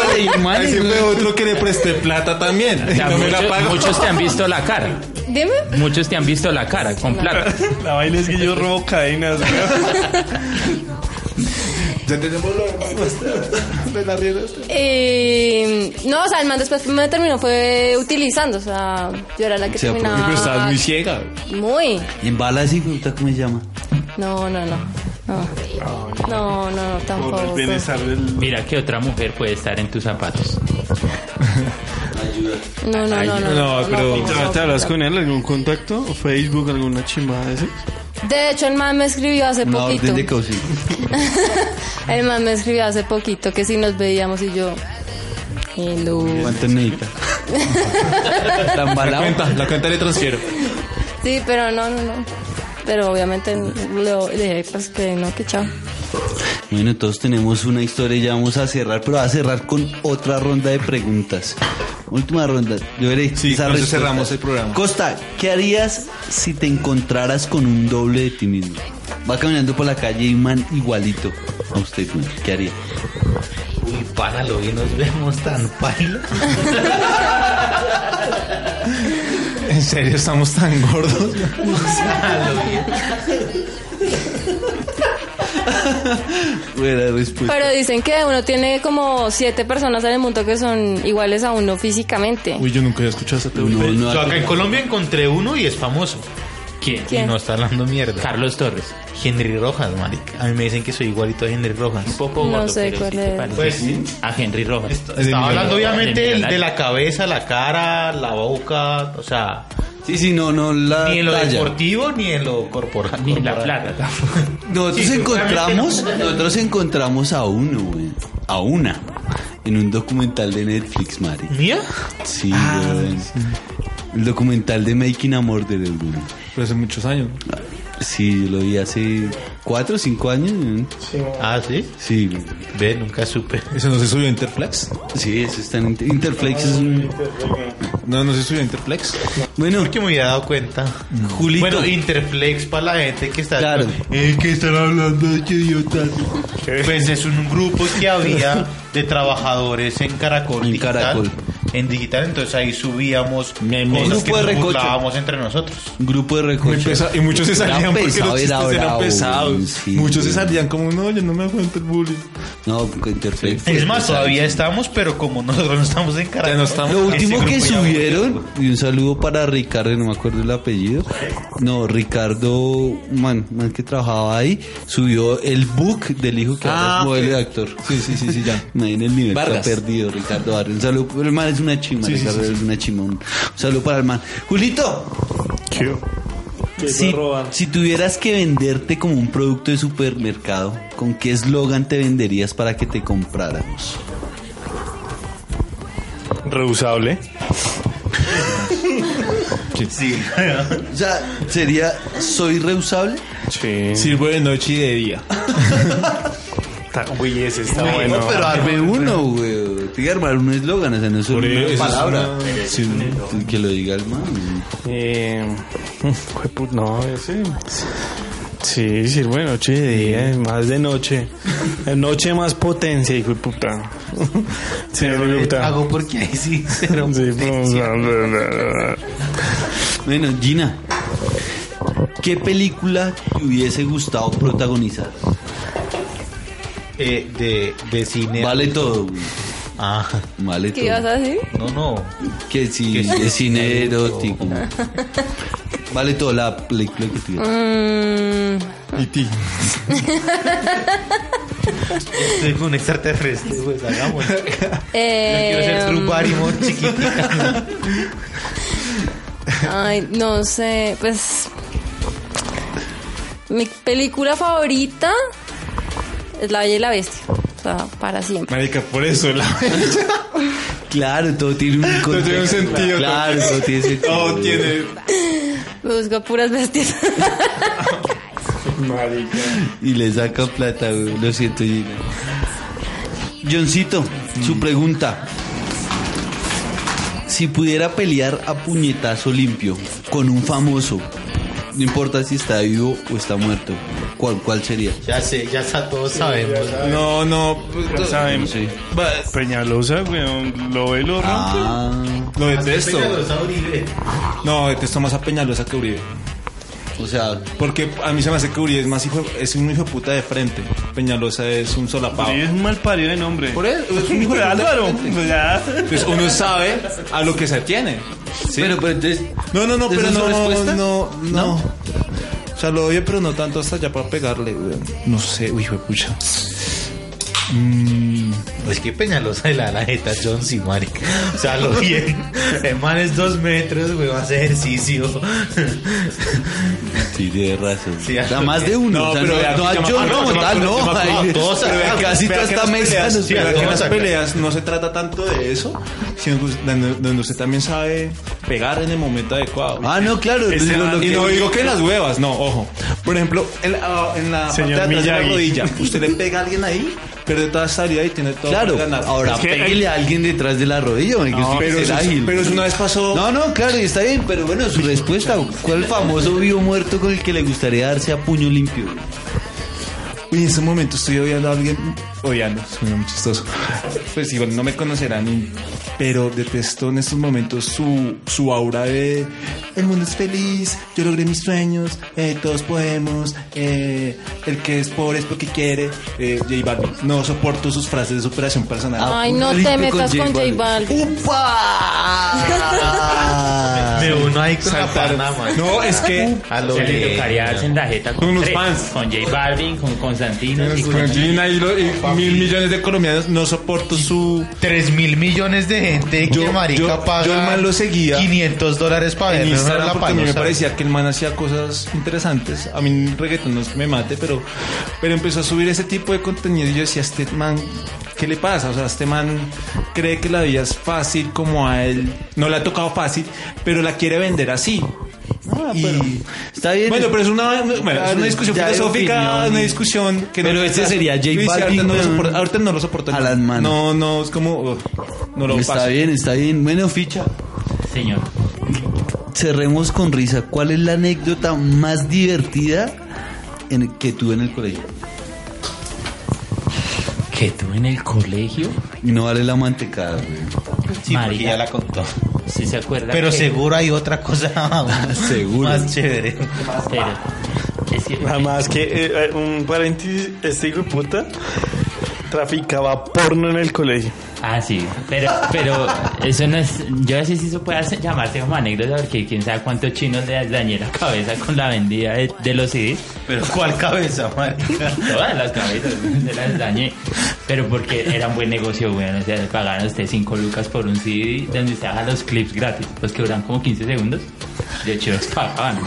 ahí se fue otro que le presté plata también. O sea, no me la muchos, pago. muchos te han visto la cara. Dime. Muchos te han visto la cara con plata. La vaina es que yo robo cadenas, weón. Ya tenemos lo de la riera. Eh, no, o sea, el man después me terminó fue utilizando, o sea, yo era la que Se aprovechó. terminaba. Pero estabas muy ciega. Muy. En balas y puta, ¿cómo se llama? No, no, no. No, no, no, no Por el tampoco. bienestar del. Mira que otra mujer puede estar en tus zapatos. No, no, no, no. No, pero- ¿Y te- te hablas con él? ¿Algún contacto? ¿O Facebook? ¿Alguna chimba de esas? De hecho, el man me escribió hace Una poquito. orden de caución. El man me escribió hace poquito que si nos veíamos y yo. Hello. ¿Cuánto necesitas? Tan La balado. cuenta, la cuenta le transfiero. Sí, pero no, no, no. Pero obviamente le, le dije pues que no, que chao. Bueno, todos tenemos una historia y ya vamos a cerrar, pero a cerrar con otra ronda de preguntas. Última ronda, yo veré. Sí, esa con eso respuesta. cerramos el programa. Costa, ¿qué harías si te encontraras con un doble de ti mismo? Va caminando por la calle y un man igualito a usted, man. ¿qué haría? Uy, páralo y nos vemos tan paila. En serio, estamos tan gordos. Buena respuesta. Pero dicen que uno tiene como siete personas en el mundo que son iguales a uno físicamente. Uy, yo nunca había escuchado esa No, teoría. no, Yo acá en Colombia encontré uno y es famoso. ¿Quién? ¿Quién? Y no está hablando mierda. Carlos Torres. Henry Rojas, marica. A mí me dicen que soy igualito a Henry Un Rojas. poco No gordo, sé pero cuál sí te es. pareces Pues sí. a Henry Rojas. Estaba hablando obviamente De del- de millonario. la cabeza, la cara, la boca, o sea, Sí, sí, no, no, la ni en lo talla. deportivo ni en lo corporal. Ni la plata tampoco. Nosotros Sí, encontramos, nosotros encontramos a uno, güey, a una, en un documental de Netflix, Mari. ¿Mía? Sí, weón. El documental de Making a Murderer, weón. Pero hace muchos años. Sí, yo lo vi hace cuatro o cinco años. weón. Ah, sí. Sí, weón. Ve, nunca supe. ¿Eso no se subió a Interflex? sí, eso está en Inter- Interflex. es un- No, no se subió a Interflex. Bueno, Porque me hubiera dado cuenta. Julito. Bueno, Interflex para la gente que está. Claro. Eh, que están hablando? ¡Qué idiota! Pues es un grupo que había de trabajadores en Caracol. En Digital, Caracol. En digital, entonces ahí subíamos me- cosas que Grupo de nos recocho. burlábamos entre nosotros. un grupo de Muy recoche. pesa- y muchos se Era salían porque pesado, los era chistes eran bravo, pesados. sí, muchos se güey. salían como, no, yo no me aguanto el bullying. No, Interpol. Es más, todavía estamos, pero como nosotros no estamos en Caracas. Lo último ese que grupo ya- subieron, y un saludo para Ricardo, no me acuerdo el apellido. No, Ricardo, man, man que trabajaba ahí, subió el book del hijo que ahora Ah, es ok. modelo de actor. Sí, sí, sí, sí, ya. Imagina el nivel Vargas. que ha perdido Ricardo Vargas. Un saludo, pero el man es una chima, Sí, sí, Ricardo sí, es una chima. Un, un saludo para el man. Julito, si, si tuvieras que venderte como un producto de supermercado, ¿con qué eslogan te venderías para que te compráramos? Reusable. O sea, sería, ¿soy reusable? Sí. Sirve de noche y de día. Está, uy, ese está No, bueno. pero arme uno, güey. Tiene que armar un eslogan, o sea, no es solo una palabra. Sí, que lo diga el man. Eh, jue put- no, ese. Sí, sirve de noche y de día, eh, más de noche. Eh, Noche más potencia, hijo de puta. Sí, hijo de puta. Hago porque ahí sí, cero. Sí, pues, vamos a ver. Bueno, Gina, ¿qué película te hubiese gustado protagonizar? Eh, de, de cine. Vale todo, güey. Ah, Vale ¿Qué ibas todo. a decir? no, no. Que si Que si- es cine erótico. Vale todo la película que tuvieras. Mm, Estoy con un extraterrestre, pues hagámoslo. Quiero ser Drew eh, Barrymore chiquitica. ay, no sé, pues mi película favorita es La Bella y la Bestia, o sea, para siempre. Marica, por eso la Claro, todo tiene un contexto. tiene un sentido, Claro, todo tiene sentido. No güey. tiene. Busco puras bestias. Y le saca plata, güey. Lo siento, Gina. Johncito, su Mm. pregunta. Si pudiera pelear a puñetazo limpio con un famoso, no importa si está vivo o está muerto, ¿cuál, cuál sería? ya sé, ya sa- todos sabemos. No, Oh, no. pues, Ya saben, No sé. Peñalosa, weón, lo ve y lo rompe. Ah, Lo detesto. Uribe. No, detesto más a Peñalosa que a Uribe. o sea, Porque a mí se me hace que Uribe es más hijo, es un hijo de puta de frente. Peñalosa es un solapado. Sí, es un mal parido de nombre. Por eso, es un hijo de Álvaro, Álvaro. ya. Pues uno sabe a lo que se atiene. ¿sí? pero, pero entonces, no, no, no, ¿esa pero es su no, respuesta? no, no, O sea, lo odio, pero no tanto hasta ya para pegarle. weón. No sé, uy, hijo de pucha. Es que Peñalosa de la, la jeta John C. marica. O sea, lo bien. El man es dos metros, güey, hace ejercicio. sí, tiene razón. Sí, O sea, más de uno. No, o sea, pero vea, no, no, yo me yo acuerdo, como yo me tal, acuerdo, no. yo me acuerdo. ay, Todos pero vea, acá, Casi vea toda que esta las mesa peleas, nos sí, Pero Pero que en no las saca. peleas no se trata tanto de eso, sino que us- donde, donde usted también sabe pegar en el momento adecuado. Ah, no, claro. Ese lo- lo man- y que- no digo que en las huevas, no, ojo. Por ejemplo, en la, ah, en la parte Señor de atrás de la Miyagi. rodilla, usted le pega a alguien ahí, pero de toda salida y tiene todo Claro, para ganar. ahora Es que pégale a alguien detrás de la rodilla, güey, que usted pero, es eso- ágil. pero eso una vez pasó. No, no, claro, y está bien, pero bueno, su respuesta, ¿cuál famoso vivo muerto con el que le gustaría darse a puño limpio? Uy, en ese momento estoy odiando a alguien. Odiando, suena muy chistoso. Pues igual no me conocerán, y- pero detesto en estos momentos su, su aura de el mundo es feliz, yo logré mis sueños, eh, todos podemos, eh, el que es pobre es porque quiere. Eh, J Balvin. No soporto sus frases de superación personal. Ah, Ay, puño no te limpio metas con con J J Balvin. ¡Upa! Me uno ahí con la Panamá. No, es que. A lo O sea, le bien. tocaría darse en la jeta con, Con los tres, fans. Con J Balvin, con Constantino y con... Argentina y lo- y mil millones de colombianos no soporto su. Tres mil millones de gente que Yo- marica yo- paga yo el man lo seguía 500 dólares para en verlo en Instagram la porque a mí me panosa. parecía que el man hacía cosas interesantes. A mí el reggaetón no es que me mate, pero, pero empezó a subir ese tipo de contenido y yo decía, este man, ¿qué le pasa? O sea, este man cree que la vida es fácil como a él. No le ha tocado fácil, pero la quiere vender así. Y- Está bien. Ah, Bueno, pero es una, bueno, es una discusión Ya Eh, de filosófica, opinión. una discusión que Pero ese sería J Luis, Balvin, Ahorita no, lo weón. soporto, ahorita no lo soporto. A las manos. No, no, es como... uh, no lo está paso. bien, está bien. Bueno, ficha. Señor. Cerremos con risa. ¿Cuál es la anécdota más divertida en el- que tuve en el colegio? ¿Que tú en el colegio? Y no vale la mantecada, güey. Sí, porque Marica. ya la contó. Si se acuerda Pero que- seguro hay otra cosa más, Seguro. más chévere. Pero, es que- Nada más que eh, eh, un paréntesis, este hijo de puta Traficaba porno en el colegio. Ah, sí, pero, pero eso no es. Yo no sé si eso puede hacer- llamarse como anécdota porque quién sabe cuántos chinos le dañé la cabeza con la vendida de, de los CDs. Pero ¿cuál cabeza, marica? Todas las cabezas se las dañé, pero porque era un buen negocio, bueno, o sea, le pagaban a usted 5 lucas por un CD donde usted haga los clips gratis, los que duran como 15 segundos. De hecho, los pagaban.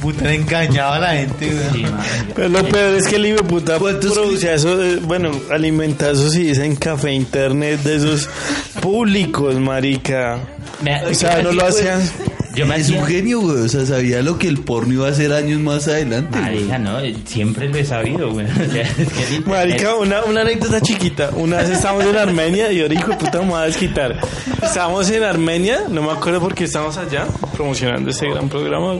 Puta, le engañaba a la gente, Sí, güey. marica. Pero lo peor es que el hijo de puta producía eso, eh, bueno, alimenta esos y en café internet de esos públicos, marica. Me- O sea, no lo hacían. Yo me Ah, Es un hacía- genio, güey. O sea, sabía lo que el porno iba a hacer años más adelante. Ah. güey. Marica, no, eh, siempre lo he sabido, güey. O sea, es que el internet- Marica, una, una anécdota chiquita. Una vez estábamos en Armenia y ahora hijo de puta me voy a desquitar. Estábamos en Armenia, no me acuerdo por qué estábamos allá promocionando este gran programa.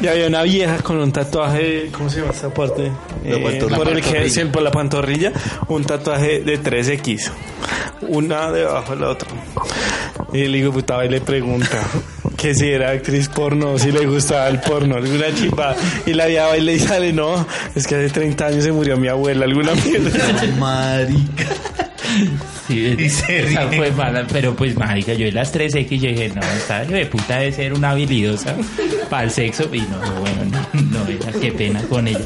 Y había una vieja con un tatuaje, ¿cómo se llama esta parte? La pantorrilla. Eh, por el que sí, por la pantorrilla, un tatuaje de 3X. Una debajo de la otra. Y el hijo de puta va y le pregunta que si era actriz porno, si le gustaba el porno, alguna chipa. Y la vieja va y le sale, no, es que hace 30 años se murió mi abuela, alguna mierda. Marica. Sí, Y se o sea, ríe. fue mala, pero pues marica, yo en las 3X yo dije, no, esta hijo de puta debe ser una habilidosa para el sexo. Y no, no, bueno, no, no, era, qué pena con ella.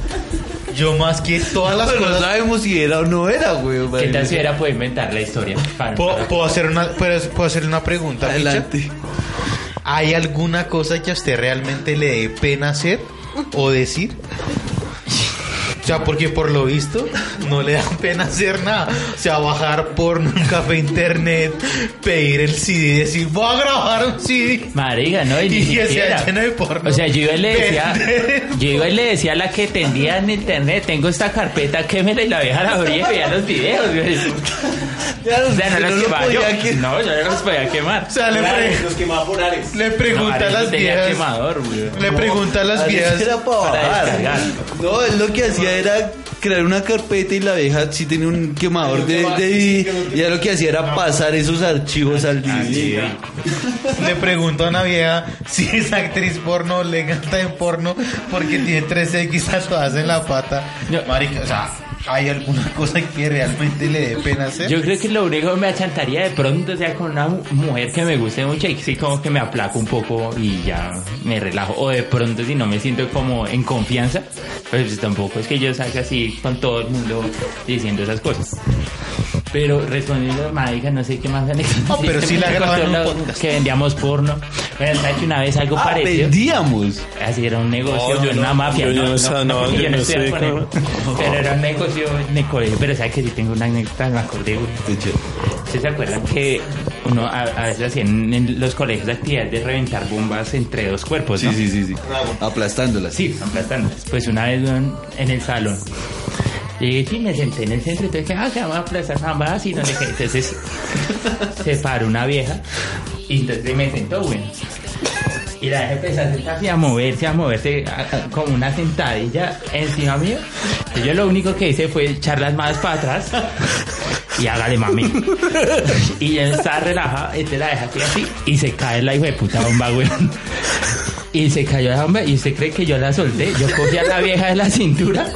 Yo más que todas las Pero no cosas. sabemos si era o no era, güey. ¿Qué marica. tal si hubiera podido inventar la historia? Para- ¿Puedo, puedo hacer una, puedo puedo hacerle una pregunta, Micha? Adelante. ¿Hay alguna cosa que a usted realmente le dé pena hacer o decir? O sea, porque por lo visto no le da pena hacer nada. O sea, bajar por un café internet, pedir el CD, decir, voy a grabar un CD. Marica, no, y ni Y que sea siquiera. lleno de porno. O sea, yo iba y le decía, Vender. yo iba y le decía a la que tendía en internet, tengo esta carpeta, quémela y la vieja la abría y veía los videos, güey. O sea, no no los lo quemaba yo. podía que- No, yo no los podía quemar. O sea, le, pre- le No, pregunta a marica, las tenía viejas. quemador, güey. Le pregunta a las viejas. Era para Para bajar. descargar. No, él lo que hacía era crear una carpeta y la vieja sí tenía un quemador de, de DVD. Y ya Ah, lo que hacía era pasar esos archivos al DVD. Le pregunto a una vieja si es actriz porno, le encanta en porno porque tiene 3X tatuadas en la pata. No. Marica, o sea, ¿hay alguna cosa que realmente le dé pena hacer? Yo creo que lo único que me achantaría de pronto sea con una mu- mujer que me guste mucho y sí como que me aplaco un poco y ya me relajo. O de pronto si no me siento como en confianza, pues tampoco es que yo salga así con todo el mundo diciendo esas cosas. Pero respondiendo a Maica, no sé qué más anécdotas. No, pero sí la Me graban en un contó lo- podcast. Que vendíamos porno. Bueno, ¿sabes que una vez algo Ah, parecido? vendíamos. Así era un negocio, una mafia. yo no sé, no, porque yo no estoy sé con él. cómo- Pero era un negocio en el colegio. Pero sabes que si tengo una anécdota, me acordé. güey. ¿Ustedes se acuerdan que uno a, a veces hacían en los colegios actividades de reventar bombas entre dos cuerpos? Sí, ¿no? sí, sí, sí. Aplastándolas. Sí, aplastando. Pues una vez weón, en el salón. Y sí, me senté en el centro, entonces dije, ah, que vamos a aplastar jamás y no sé qué. Entonces se paró una vieja y entonces me sentó, güey. Y la vieja empezó a sentarse, a moverse, a moverse a- a- como una sentadilla encima mío. Y yo lo único que hice fue echar las manos para atrás y hágale mami. Y yo estaba relajada, entonces la deja aquí así y se cae la hijo de puta bomba, güey. Y se cayó la bomba y usted cree que yo la solté. Yo cogí a la vieja de la cintura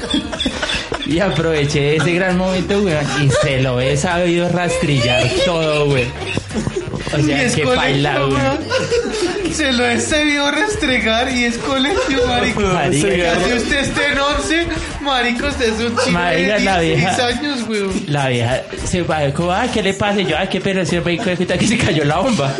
y aproveché ese gran momento, güey. Y se lo he sabido rastrillar todo, güey. O Y sea, es que colegio, baila, güey. weón. Se lo he sabido restregar y es colegio, marico. Marica. Si usted está en 11, marico, usted es un chico Marica, la de 16 vieja. años, weón. La vieja se paró como, ah, ¿qué le pasa? Y yo, ah, qué pero ese rico de puta que se cayó la bomba.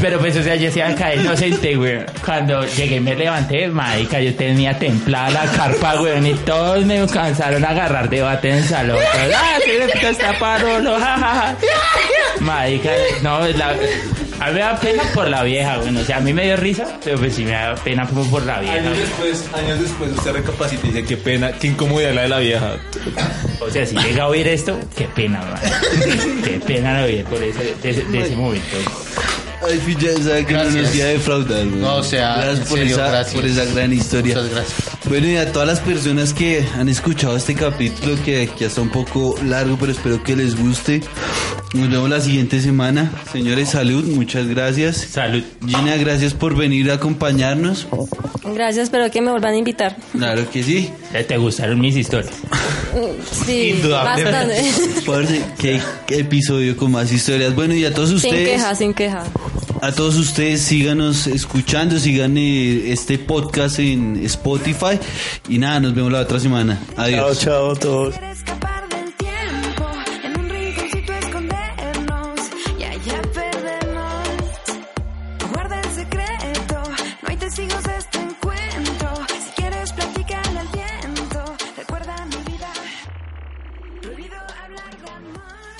Pero pues, o sea, yo se iba a caer inocente, güey. Cuando llegué y me levanté, marica, yo tenía templada la carpa, güey, y todos me cansaron a agarrar debate en el salón. Todos, ah, qué le puta está parolo, jajaja. Marica, no, la... A mí me da pena por la vieja, güey. O sea, a mí me dio risa, pero pues sí me da pena como por la vieja. Años después, años después usted recapacita y dice, qué pena, qué incomodidad la de la vieja. O sea, si llega a oír esto, qué pena, man. Qué pena lo oír por ese, de, ese- de ese momento. Ay, fin, ya sabe que no nos Gracias. iba a defraudar, güey. No, o sea, en gracias por, serio, esa, gracias. por esa gran historia. Muchas gracias. Bueno, y a todas las personas que han escuchado este capítulo, que, que ya está un poco largo, pero espero que les guste. Nos vemos la siguiente semana. Señores, salud, muchas gracias. Salud. Gina, gracias por venir a acompañarnos. Gracias, espero que me vuelvan a invitar. Claro que sí. Eh, ¿Te gustaron mis historias? Mm, Sí, bastante. Parce, qué, qué episodio con más historias. Bueno, y a todos sin ustedes, queja, sin queja. a todos ustedes, síganos escuchando, sigan eh, este podcast en Spotify. Y nada, nos vemos la otra semana. Chao, Adiós. chao a todos. Querer escapar del tiempo, en un rinconcito escondernos y allá perdernos. Guarda el secreto, no hay testigos de este encuentro. Si quieres, platícale al viento. Recuerda mi vida, prohibido hablar de amor.